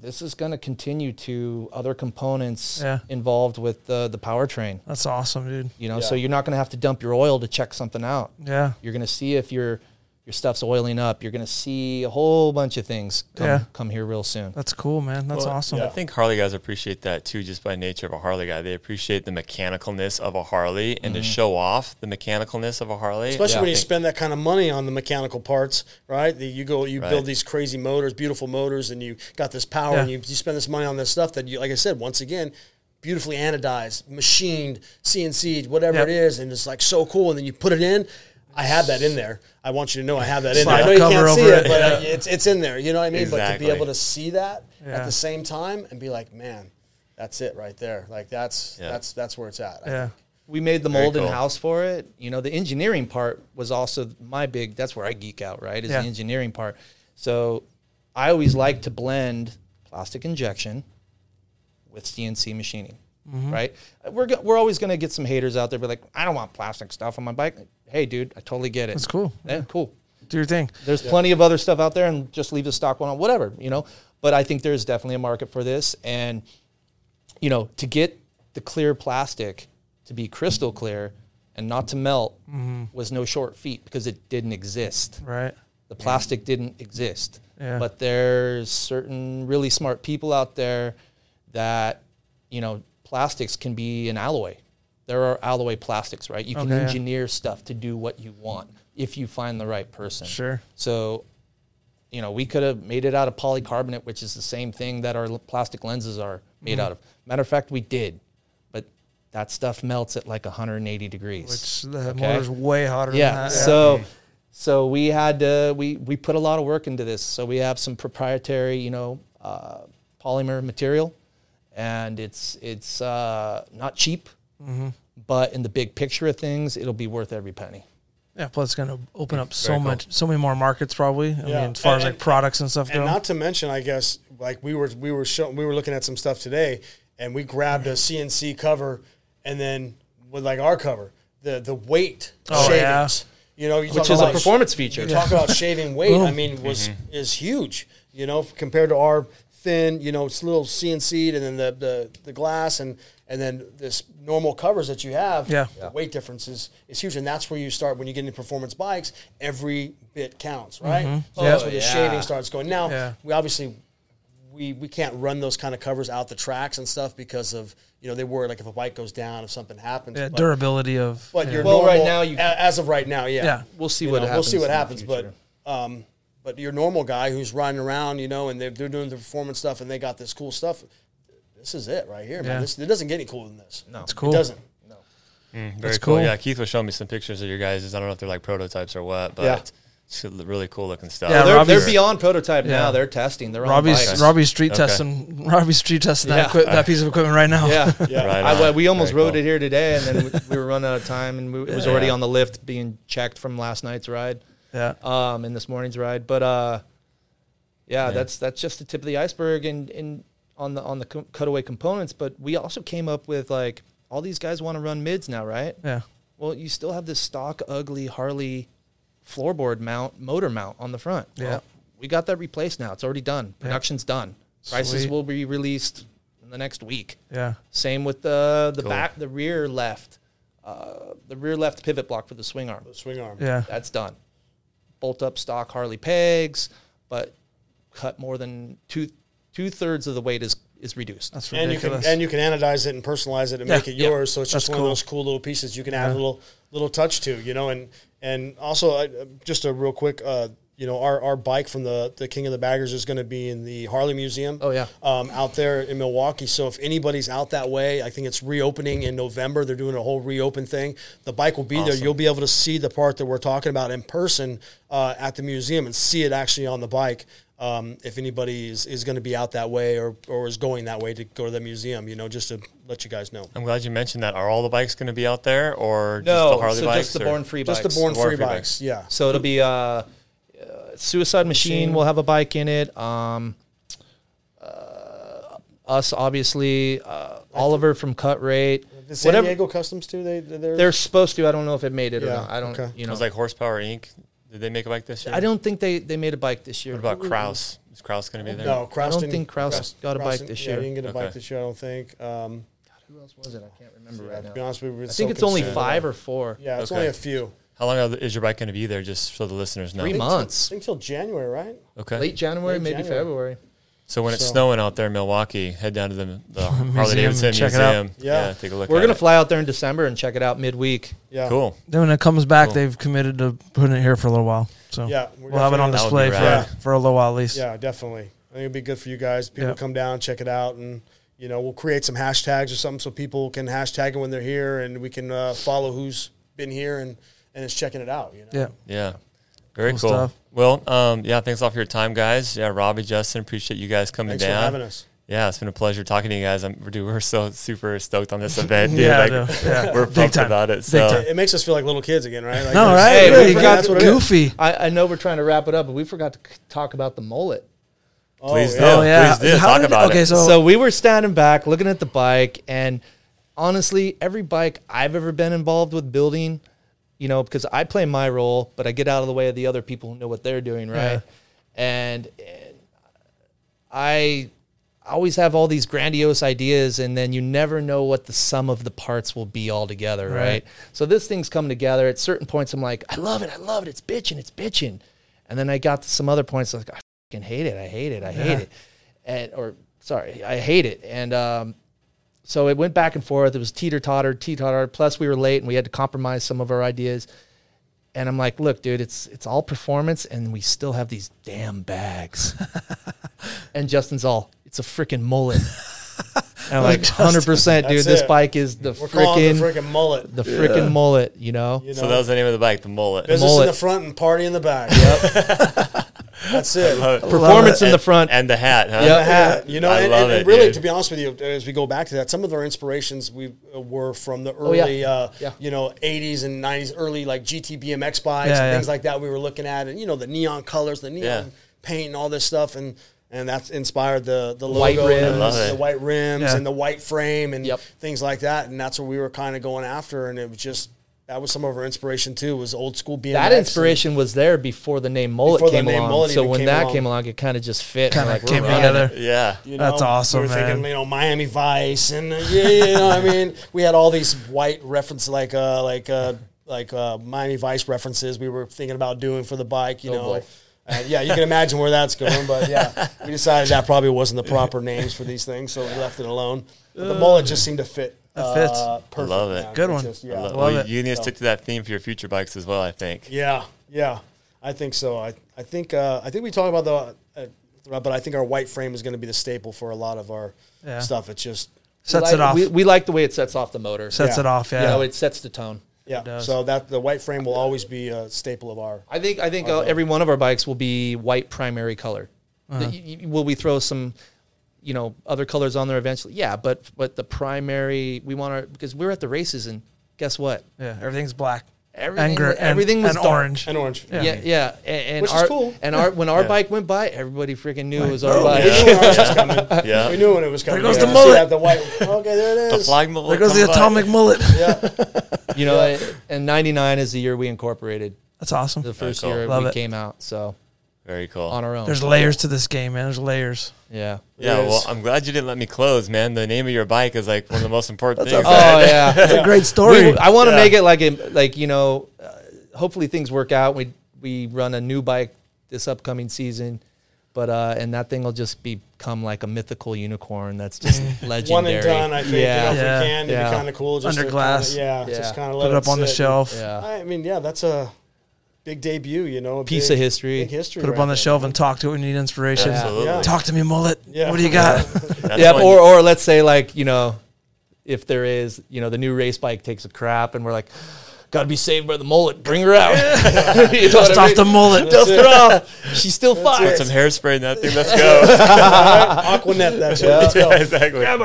G: This is going to continue to other components
E: Yeah.
G: involved with the the powertrain.
E: That's awesome, dude.
G: You know, so you're not going to have to dump your oil to check something out.
E: Yeah.
G: You're going to see if your your stuff's oiling up. You're going to see a whole bunch of things come
E: Yeah.
G: come here real soon.
E: That's cool, man. That's
D: Well,
E: awesome.
D: I think Harley guys appreciate that too, just by nature of a Harley guy. They appreciate the mechanicalness of a Harley and
E: Mm-hmm.
D: to show off the mechanicalness of a Harley.
F: especially
D: I
F: when you
D: think-
F: spend that kind of money on the mechanical parts, right? The, you go, you
D: Right.
F: build these crazy motors, beautiful motors, and you got this power, and
E: Yeah.
F: you, you spend this money on this stuff that you, like I said, once again, beautifully anodized, machined, CNC'd, whatever
E: Yep.
F: it is, and it's like so cool. And then you put it in. I have that in there. I want you to know I have that in there.
E: Slide
F: I
E: a
F: know you
E: cover
F: can't see
E: over
F: it,
E: it.
F: but uh, it's it's in there. You know what I mean? But to
D: Exactly.
F: be able to see that
E: Yeah.
F: at the same time and be like, man, that's it right there. Like that's
D: Yeah.
F: that's that's where it's at. I
E: Yeah.
G: we made the mold
D: cool.
G: in house for it. You know, the engineering part was also my big. That's where I geek out, right? Is
E: Yeah.
G: the engineering part. So I always like to blend plastic injection with CNC machining,
E: Mm-hmm.
G: right? We're go- we're always going to get some haters out there, be like, I don't want plastic stuff on my bike. Hey, dude, I totally get it.
E: That's cool.
G: Yeah, cool.
E: Do your thing.
G: There's plenty of other stuff out there, and just leave the stock one on, whatever you know. But I think there's definitely a market for this, and you know, to get the clear plastic to be crystal clear and not to melt was no short feat because it didn't exist.
E: Right.
G: The plastic didn't exist.
E: Yeah.
G: But there's certain really smart people out there that, you know, plastics can be an alloy. There are alloy plastics, right? You can
E: Okay, yeah.
G: engineer stuff to do what you want if you find the right person.
E: Sure.
G: So, you know, we could have made it out of polycarbonate, which is the same thing that our l- plastic lenses are made
E: Mm-hmm.
G: out of. Matter of fact, we did, but that stuff melts at like 180 degrees.
E: It's, the motor's way hotter
G: yeah.
E: than that.
G: So, so we had to, we we put a lot of work into this. So we have some proprietary, you know, uh, polymer material, and it's it's uh, not cheap, but in the big picture of things, it'll be worth every penny.
E: Yeah, plus it's going to open up so much, so many more markets probably. I
F: Yeah.
E: mean, as far as
F: And-
E: like products and stuff
F: And
E: go.
F: not to mention, I guess, like we were we were showing we were looking at some stuff today, and we grabbed a CNC cover, and then with like our cover, the the weight
E: Oh, yeah.
F: shavings. You know, you
G: Which
F: talk
G: is a
F: about-
G: performance feature. Mm-hmm.
F: You talk about shaving weight. I mean, was is huge. You know, compared to our thin, you know, it's little CNC, and then the the, the glass and. And then this normal covers that you have,
E: Yeah.
F: the weight difference is, is huge, and that's where you start when you get into performance bikes. Every bit counts, right?
E: Mm-hmm.
F: So that's
G: Oh,
F: where the
G: yeah.
F: shaving starts going. Now
E: Yeah.
F: we obviously we we can't run those kind of covers out the tracks and stuff because of you know they worry like if a bike goes down if something happens.
E: yeah,
F: but,
E: durability of.
F: But
E: yeah.
F: your
G: Well, right
F: normal-
G: now you-
F: a- as of right now, yeah,
E: Yeah.
G: We'll see
F: You
G: what
F: know,
G: happens.
F: we'll see
G: in
F: what
G: the
F: happens.
G: future.
F: But um, but your normal guy who's riding around, you know, and they're, they're doing the performance stuff and they got this cool stuff. This is it right here,
E: Yeah.
F: man. This, it doesn't get any cooler than this. No,
E: It's cool.
F: It doesn't.
D: Very
E: That's
D: cool.
E: cool.
D: Yeah, Keith was showing me some pictures of your guys. I don't know if they're like prototypes or what, but
G: Yeah.
D: it's really cool looking stuff.
E: Yeah,
G: they're,
E: Robbie's-
G: they're beyond prototype
E: Yeah.
G: now. They're testing. They're on
E: Robbie's
G: bikes.
E: Robbie's street
D: Okay.
E: testing Robbie's street testing that
G: Yeah.
E: equip, that piece of equipment right now.
G: Yeah,
F: Yeah.
D: Right
G: I,
D: on.
G: we almost
D: Very
G: rode
D: cool.
G: it here today, and then we, we were running out of time, and we, it was already
D: Yeah.
G: on the lift being checked from last night's ride,
E: yeah.
G: um, and this morning's ride. But uh, yeah, that's that's just the tip of the iceberg, and and on the on the co- cutaway components. But we also came up with like all these guys want to run mids now, right?
E: Yeah.
G: Well, you still have this stock ugly Harley floorboard mount, motor mount on the front.
E: Yeah.
G: Well, we got that replaced now. It's already done. Production's done. Prices
E: Sweet.
G: will be released in the next week.
E: Yeah.
G: Same with the the back, the rear left, uh, the rear left pivot block for the swing arm.
F: Swing arm.
E: Yeah.
G: That's done. Bolt up stock Harley pegs, but cut more than two two thirds of the weight is is reduced.
E: That's
F: and you can
E: ridiculous.
F: and you can anodize it and personalize it and
E: Yeah.
F: make it
G: Yeah.
F: yours. So it's just
E: That's
F: one
E: cool.
F: of those cool little pieces you can add a little little touch to, you know. And and also I, just a real quick, uh, you know, our, our bike from the the King of the Baggers is going to be in the Harley Museum.
G: Oh, yeah.
F: um, out there in Milwaukee. So if anybody's out that way, I think it's reopening in November. They're doing a whole reopen thing. The bike will be there. You'll be able to see the part that we're talking about in person uh, at the museum and see it actually on the bike. Um, if anybody is, is going to be out that way or, or is going that way to go to the museum, you know, just to let you guys know.
D: I'm glad you mentioned that. Are all the bikes going to be out there, or just
G: No,
D: the Harley
G: so
D: bikes?
G: just the
D: or-
G: born free bikes.
F: Just the born
D: Born
F: free
D: free
F: bikes.
D: bikes.
F: Yeah.
G: So it'll be uh, uh, Suicide Machine. will have a bike in it. Um, uh, us obviously. Uh, Oliver from Cut Rate.
F: The San
G: Whatever
F: Diego Customs too. They they're,
G: they're supposed to. I don't know if it made it or
F: Yeah,
G: not. I don't.
F: okay.
G: You
D: It
G: know.
D: was like Horsepower Inc. Did they make a bike this year?
G: I don't think they, they made a bike this year.
D: What about Kraus? Is Kraus going to be there?
F: no. Kraus
G: I don't
F: didn't-
G: think Kraus got a bike
F: didn't-
G: this
F: yeah,
G: year.
F: he didn't get a
D: Okay.
F: bike this year. I don't think. Um,
G: Who else was it? I can't remember right
F: to be
G: now.
F: honest with you,
G: I think it's only five or four.
F: Yeah, it's
D: Okay.
F: only a few.
D: How long are- is your bike going to be there? Just so the listeners know.
G: Three
F: I think till- I
G: months.
F: think till January, right?
D: Okay.
G: Late January,
F: Late
G: maybe
F: January.
G: February.
D: So when it's
F: So-
D: snowing out there in Milwaukee, head down to the, the Harley
E: Museum,
D: Davidson
E: check it out.
D: Museum.
F: Yeah.
D: take a look.
G: We're
D: at
G: gonna
D: it.
G: fly out there in December and check it out midweek.
F: Yeah.
D: Cool.
E: then when it comes back, they've committed to putting it here for a little while. So
F: Yeah, we're
E: we'll have it on
D: That would
E: display
F: definitely-
D: be
E: for
D: rad.
E: for a little while at least.
F: Yeah, definitely. I think it'd be good for you guys. People
E: Yeah.
F: come down, check it out, and you know we'll create some hashtags or something so people can hashtag it when they're here, and we can uh, follow who's been here and and is checking it out. You know?
E: Yeah.
D: Yeah. Very
E: Cool
D: cool.
E: stuff.
D: Well, um, yeah, thanks all for your time, guys. Yeah, Robbie, Justin, appreciate you guys coming
F: Thanks for
D: down.
F: having us.
D: Yeah, it's been a pleasure talking to you guys. I'm, dude, we're so super stoked on this event, dude.
E: Yeah,
D: like,
E: I know. Yeah.
D: We're
E: Big
D: pumped
E: time.
D: about it.
E: Big
D: So,
E: time.
F: It makes us feel like little kids again, right? Like
E: No, right?
G: Hey,
E: Yeah,
G: we
E: you
G: forgot
E: got
F: that's what it is.
E: goofy.
G: I, I know we're trying to wrap it up, but we forgot to c- talk about the mullet.
F: Oh,
D: Please
F: yeah.
D: do.
E: Oh yeah.
D: Please do. Talk
E: did-
D: about it.
E: okay, so,
G: So, we were standing back looking at the bike, and honestly, every bike I've ever been involved with building, you know, because I play my role, but I get out of the way of the other people who know what they're doing, right? And, and I always have all these grandiose ideas, and then you never know what the sum of the parts will be all together, right? So this thing's come together. At certain points, I'm like, I love it, I love it, it's bitching, it's bitching. And then I got to some other points, like, I fucking hate it, I hate it, I hate it. And, or, sorry, I hate it. And um, so it went back and forth. It was teeter totter, teeter totter. Plus, we were late and we had to compromise some of our ideas. And I'm like, look, dude, it's it's all performance, and we still have these damn bags. and Justin's all, it's a freaking mullet. And I'm like, hundred percent, dude.
F: That's
G: This
F: it.
G: bike is the
F: We're calling it the
G: freaking
F: freaking mullet.
G: the freaking mullet. You know,
F: you know,
D: so that was the name of the bike, the mullet.
F: business in
G: mullet.
F: the front and party in the back. Yep. That's it.
G: Uh, Performance in the
D: And-
G: front.
D: and the hat, huh?
G: Yep.
F: the hat, you know,
D: I
F: and,
D: love
F: and- and
D: it,
F: really,
D: dude.
F: to be honest with you, as we go back to that, some of our inspirations we uh, were from the
G: yeah.
F: early, uh,
G: Yeah.
F: you know, 80s and 90s, early like GT BMX bikes
E: Yeah,
F: and
E: yeah.
F: things like that. We were looking at, and you know, the neon colors, the neon
D: Yeah.
F: paint, and all this stuff, and and that's inspired the the logo,
G: White
F: and
G: rims. I
D: love
F: the,
D: it.
F: the white rims,
E: Yeah.
F: and the white frame, and
G: Yep.
F: things like that. And that's what we were kind of going after, and it was just. That was some of our inspiration too. Was old school BMX.
G: that
F: and-
G: inspiration was there before the name Mullet
F: Before the
G: came
F: name
G: along.
F: Mullet
G: so
F: even
G: when
F: came
G: that
F: along.
G: came along, it kind of just fit.
E: Kind
G: We're
E: of
G: we're
E: came
G: running
E: together.
G: it.
D: Yeah.
F: You
E: That's awesome,
F: We were thinking,
E: man.
F: you know, Miami Vice, and uh, yeah, yeah, you know, what I mean, we had all these white references, like, uh, like, uh, like uh, Miami Vice references. We were thinking about doing for the bike, you know.
G: boy.
F: Uh, yeah, you can imagine where that's going, but yeah, we decided that probably wasn't the proper names for these things, so we left it alone. But the mullet just seemed to fit.
E: That fits.
F: Uh, perfect.
D: Love it.
F: man.
E: Good one.
F: just-
E: I
F: yeah.
D: Lo-
E: Love
D: well,
E: it.
D: You need to stick to that theme for your future bikes as well, I think.
F: Yeah, yeah, I think so. I, I think uh, I think we talked about the, uh, but I think our white frame is going to be the staple for a lot of our uh,
E: Yeah.
F: stuff. It's just
E: Sets
G: like,
E: it off.
G: We, we like the way it sets off the motor.
E: Sets
F: yeah.
E: it off. Yeah.
G: You know, it sets the tone.
F: yeah.
E: does.
F: So that the white frame will always be a staple of our.
G: I think I think uh, every one of our bikes will be white primary color. The-
E: Uh-huh.
G: y- y- will we throw some, you know, other colors on there eventually? Yeah, but but the primary we want our because we're at the races and guess what?
E: yeah. Everything's black.
G: Everything-
E: Anger. and-
G: everything was
E: and
G: dark.
E: orange.
F: An orange.
E: Yeah.
G: Yeah, yeah, a- and,
F: Which is
G: our
F: cool.
G: and our when our
D: Yeah.
G: bike went by, everybody freaking knew it was
E: Oh,
G: our bike.
F: We knew, when ours was coming.
D: Yeah.
F: we knew when it was coming.
E: goes
F: Yeah.
E: the
F: You see
E: mullet.
F: that, the white. Okay, there it
D: The
F: is.
D: flag mullet.
E: There goes the
D: comes by.
E: atomic mullet.
G: You know, and '99 is the year we incorporated
E: That's awesome.
G: the first
D: cool.
G: year
E: Love
G: we
E: it.
G: came out. So
D: Very cool.
G: on our own,
E: There's layers to this game, man. There's layers.
G: yeah.
D: yeah, well,
F: is.
D: I'm glad you didn't let me close, man. The name of your bike is like one of the most important things.
G: Oh yeah,
E: It's a great story.
G: we, I want to make it like a, like you know, uh, hopefully things work out. We we run a new bike this upcoming season, but uh, and that thing will just become like a mythical unicorn that's just legendary.
F: One and done. I think.
G: Yeah,
F: You know, if
E: Yeah.
F: we can, it'd
G: Yeah.
F: be kind of cool. Just
E: Under
F: to
E: glass.
F: Kinda, yeah,
G: Yeah.
F: Just kind of
E: Put it up on the shelf.
G: yeah.
F: I mean, yeah, that's a big debut. You know, a
G: Piece
F: big-
G: of history.
F: Big history.
E: Put it up
F: right
E: on the
F: there.
E: shelf and talk to it when you need inspiration.
D: Absolutely.
F: Yeah.
E: Talk to me, mullet.
F: Yeah.
E: What do you got?
D: That's
G: Yep.
D: one-
G: Or or let's say like you know, if there is you know the new race bike takes a crap and we're like. Gotta be saved by the mullet. Bring her out. You know
E: Dust
G: what I
E: off
G: mean?
E: the mullet.
G: Dust her off. She's still
D: Put
G: fine.
D: some hairspray in that thing. Let's go.
F: Aquanet. That's yeah. Let's go.
D: yeah,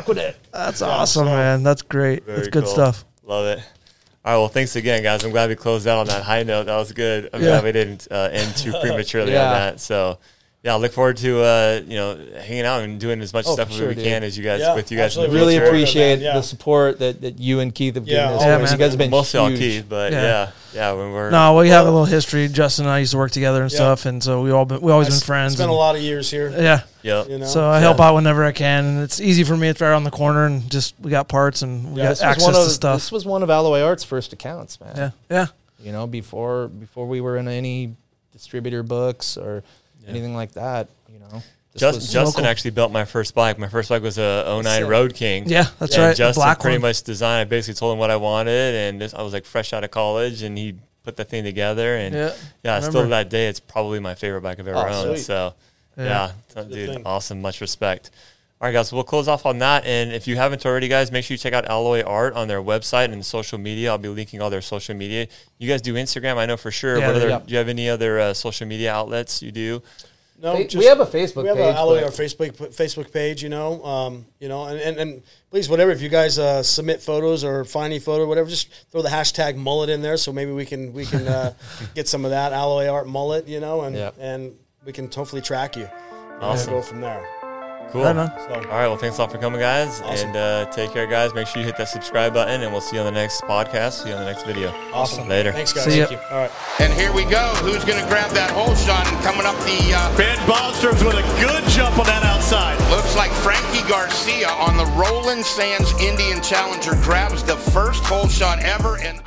D: exactly.
E: That's awesome, man. That's great. That's
D: Very
E: good
D: cool.
E: stuff.
D: Love it. All right. Well, thanks again, guys. I'm glad we closed out on that high note. That was good. I'm
E: Yeah.
D: glad we didn't uh, end too prematurely
G: Yeah.
D: on that. So, yeah, I look forward to uh, you know hanging out and doing as much
G: Oh,
D: stuff
G: for
D: as
G: sure,
D: we
G: dude.
D: can as you guys
F: Yeah,
D: with you guys. in the
F: absolutely.
G: really
F: Sure,
D: future.
G: appreciate
F: man, yeah.
G: the support that, that you and Keith have given
F: Yeah, oh,
G: us.
F: Yeah,
E: man.
G: you guys have been
D: mostly all
G: huge.
D: Keith, but
E: Yeah.
D: yeah. yeah, when we're
E: No, we have a little history. Justin and I used to work together and
F: Yeah.
E: stuff, and so we all been, we always
F: I
E: been
F: s-
E: friends.
F: Spent a
E: and-
F: lot of years here.
E: Yeah.
D: yeah,
F: You know.
E: So I help out whenever I can, and it's easy for me. It's right around the corner, and just we got parts and we got
G: Yeah, this was one
E: access
G: of
E: to
G: this
E: stuff.
G: was one of Alloy Art's first accounts, man.
E: Yeah, yeah,
G: You know, before before we were in any distributor books or anything like that. You know, this
D: Just,
G: was-
D: Justin
E: local.
D: actually built my first bike. My first bike was a 09 Road King.
E: yeah. That's
D: and
E: right. the
D: Justin
E: black
D: pretty
E: one.
D: much designed. I basically told him what I wanted, and this, I was like fresh out of college, and he put the thing together. And
E: Yeah,
D: yeah, still to
E: remember.
D: that day, it's probably my favorite bike I've ever
G: Oh,
D: owned.
G: sweet.
D: So, yeah, so, dude,
F: thing.
D: awesome. Much respect. All right, guys, we'll close off on that. And if you haven't already, guys, make sure you check out Alloy Art on their website and social media. I'll be linking all their social media. You guys do Instagram, I know for sure.
E: Yeah,
D: what
E: they
D: other,
E: do.
D: Do you have any other uh, social media outlets you do?
F: No,
G: Fa-
F: just-
G: we have a Facebook
F: we have
G: page,
F: a Alloy
G: but-
F: our Facebook Facebook page. You know, um, you know, and, and, and please, whatever, if you guys uh, submit photos or find any photo, whatever, just throw the hashtag mullet in there, so maybe we can we can uh, get some of that Alloy Art mullet. You know, and
G: Yep.
F: and we can hopefully track you.
D: Awesome.
F: And go from there.
D: Cool.
E: Right on.
D: All right. Well, thanks a lot for coming, guys.
F: Awesome.
D: And uh, take care, guys. Make sure you hit that subscribe button, and we'll see you on the next podcast. See you on the next video.
F: Awesome.
D: Later.
F: Thanks, guys.
E: See ya.
F: Thank you. All right.
A: And here we go. Who's going to grab that hole, Sean? And coming up the uh,
H: Ben Ballstrom's with a good jump on that outside.
A: Looks like Frankie Garcia on the Roland Sands Indian Challenger grabs the first hole shot ever and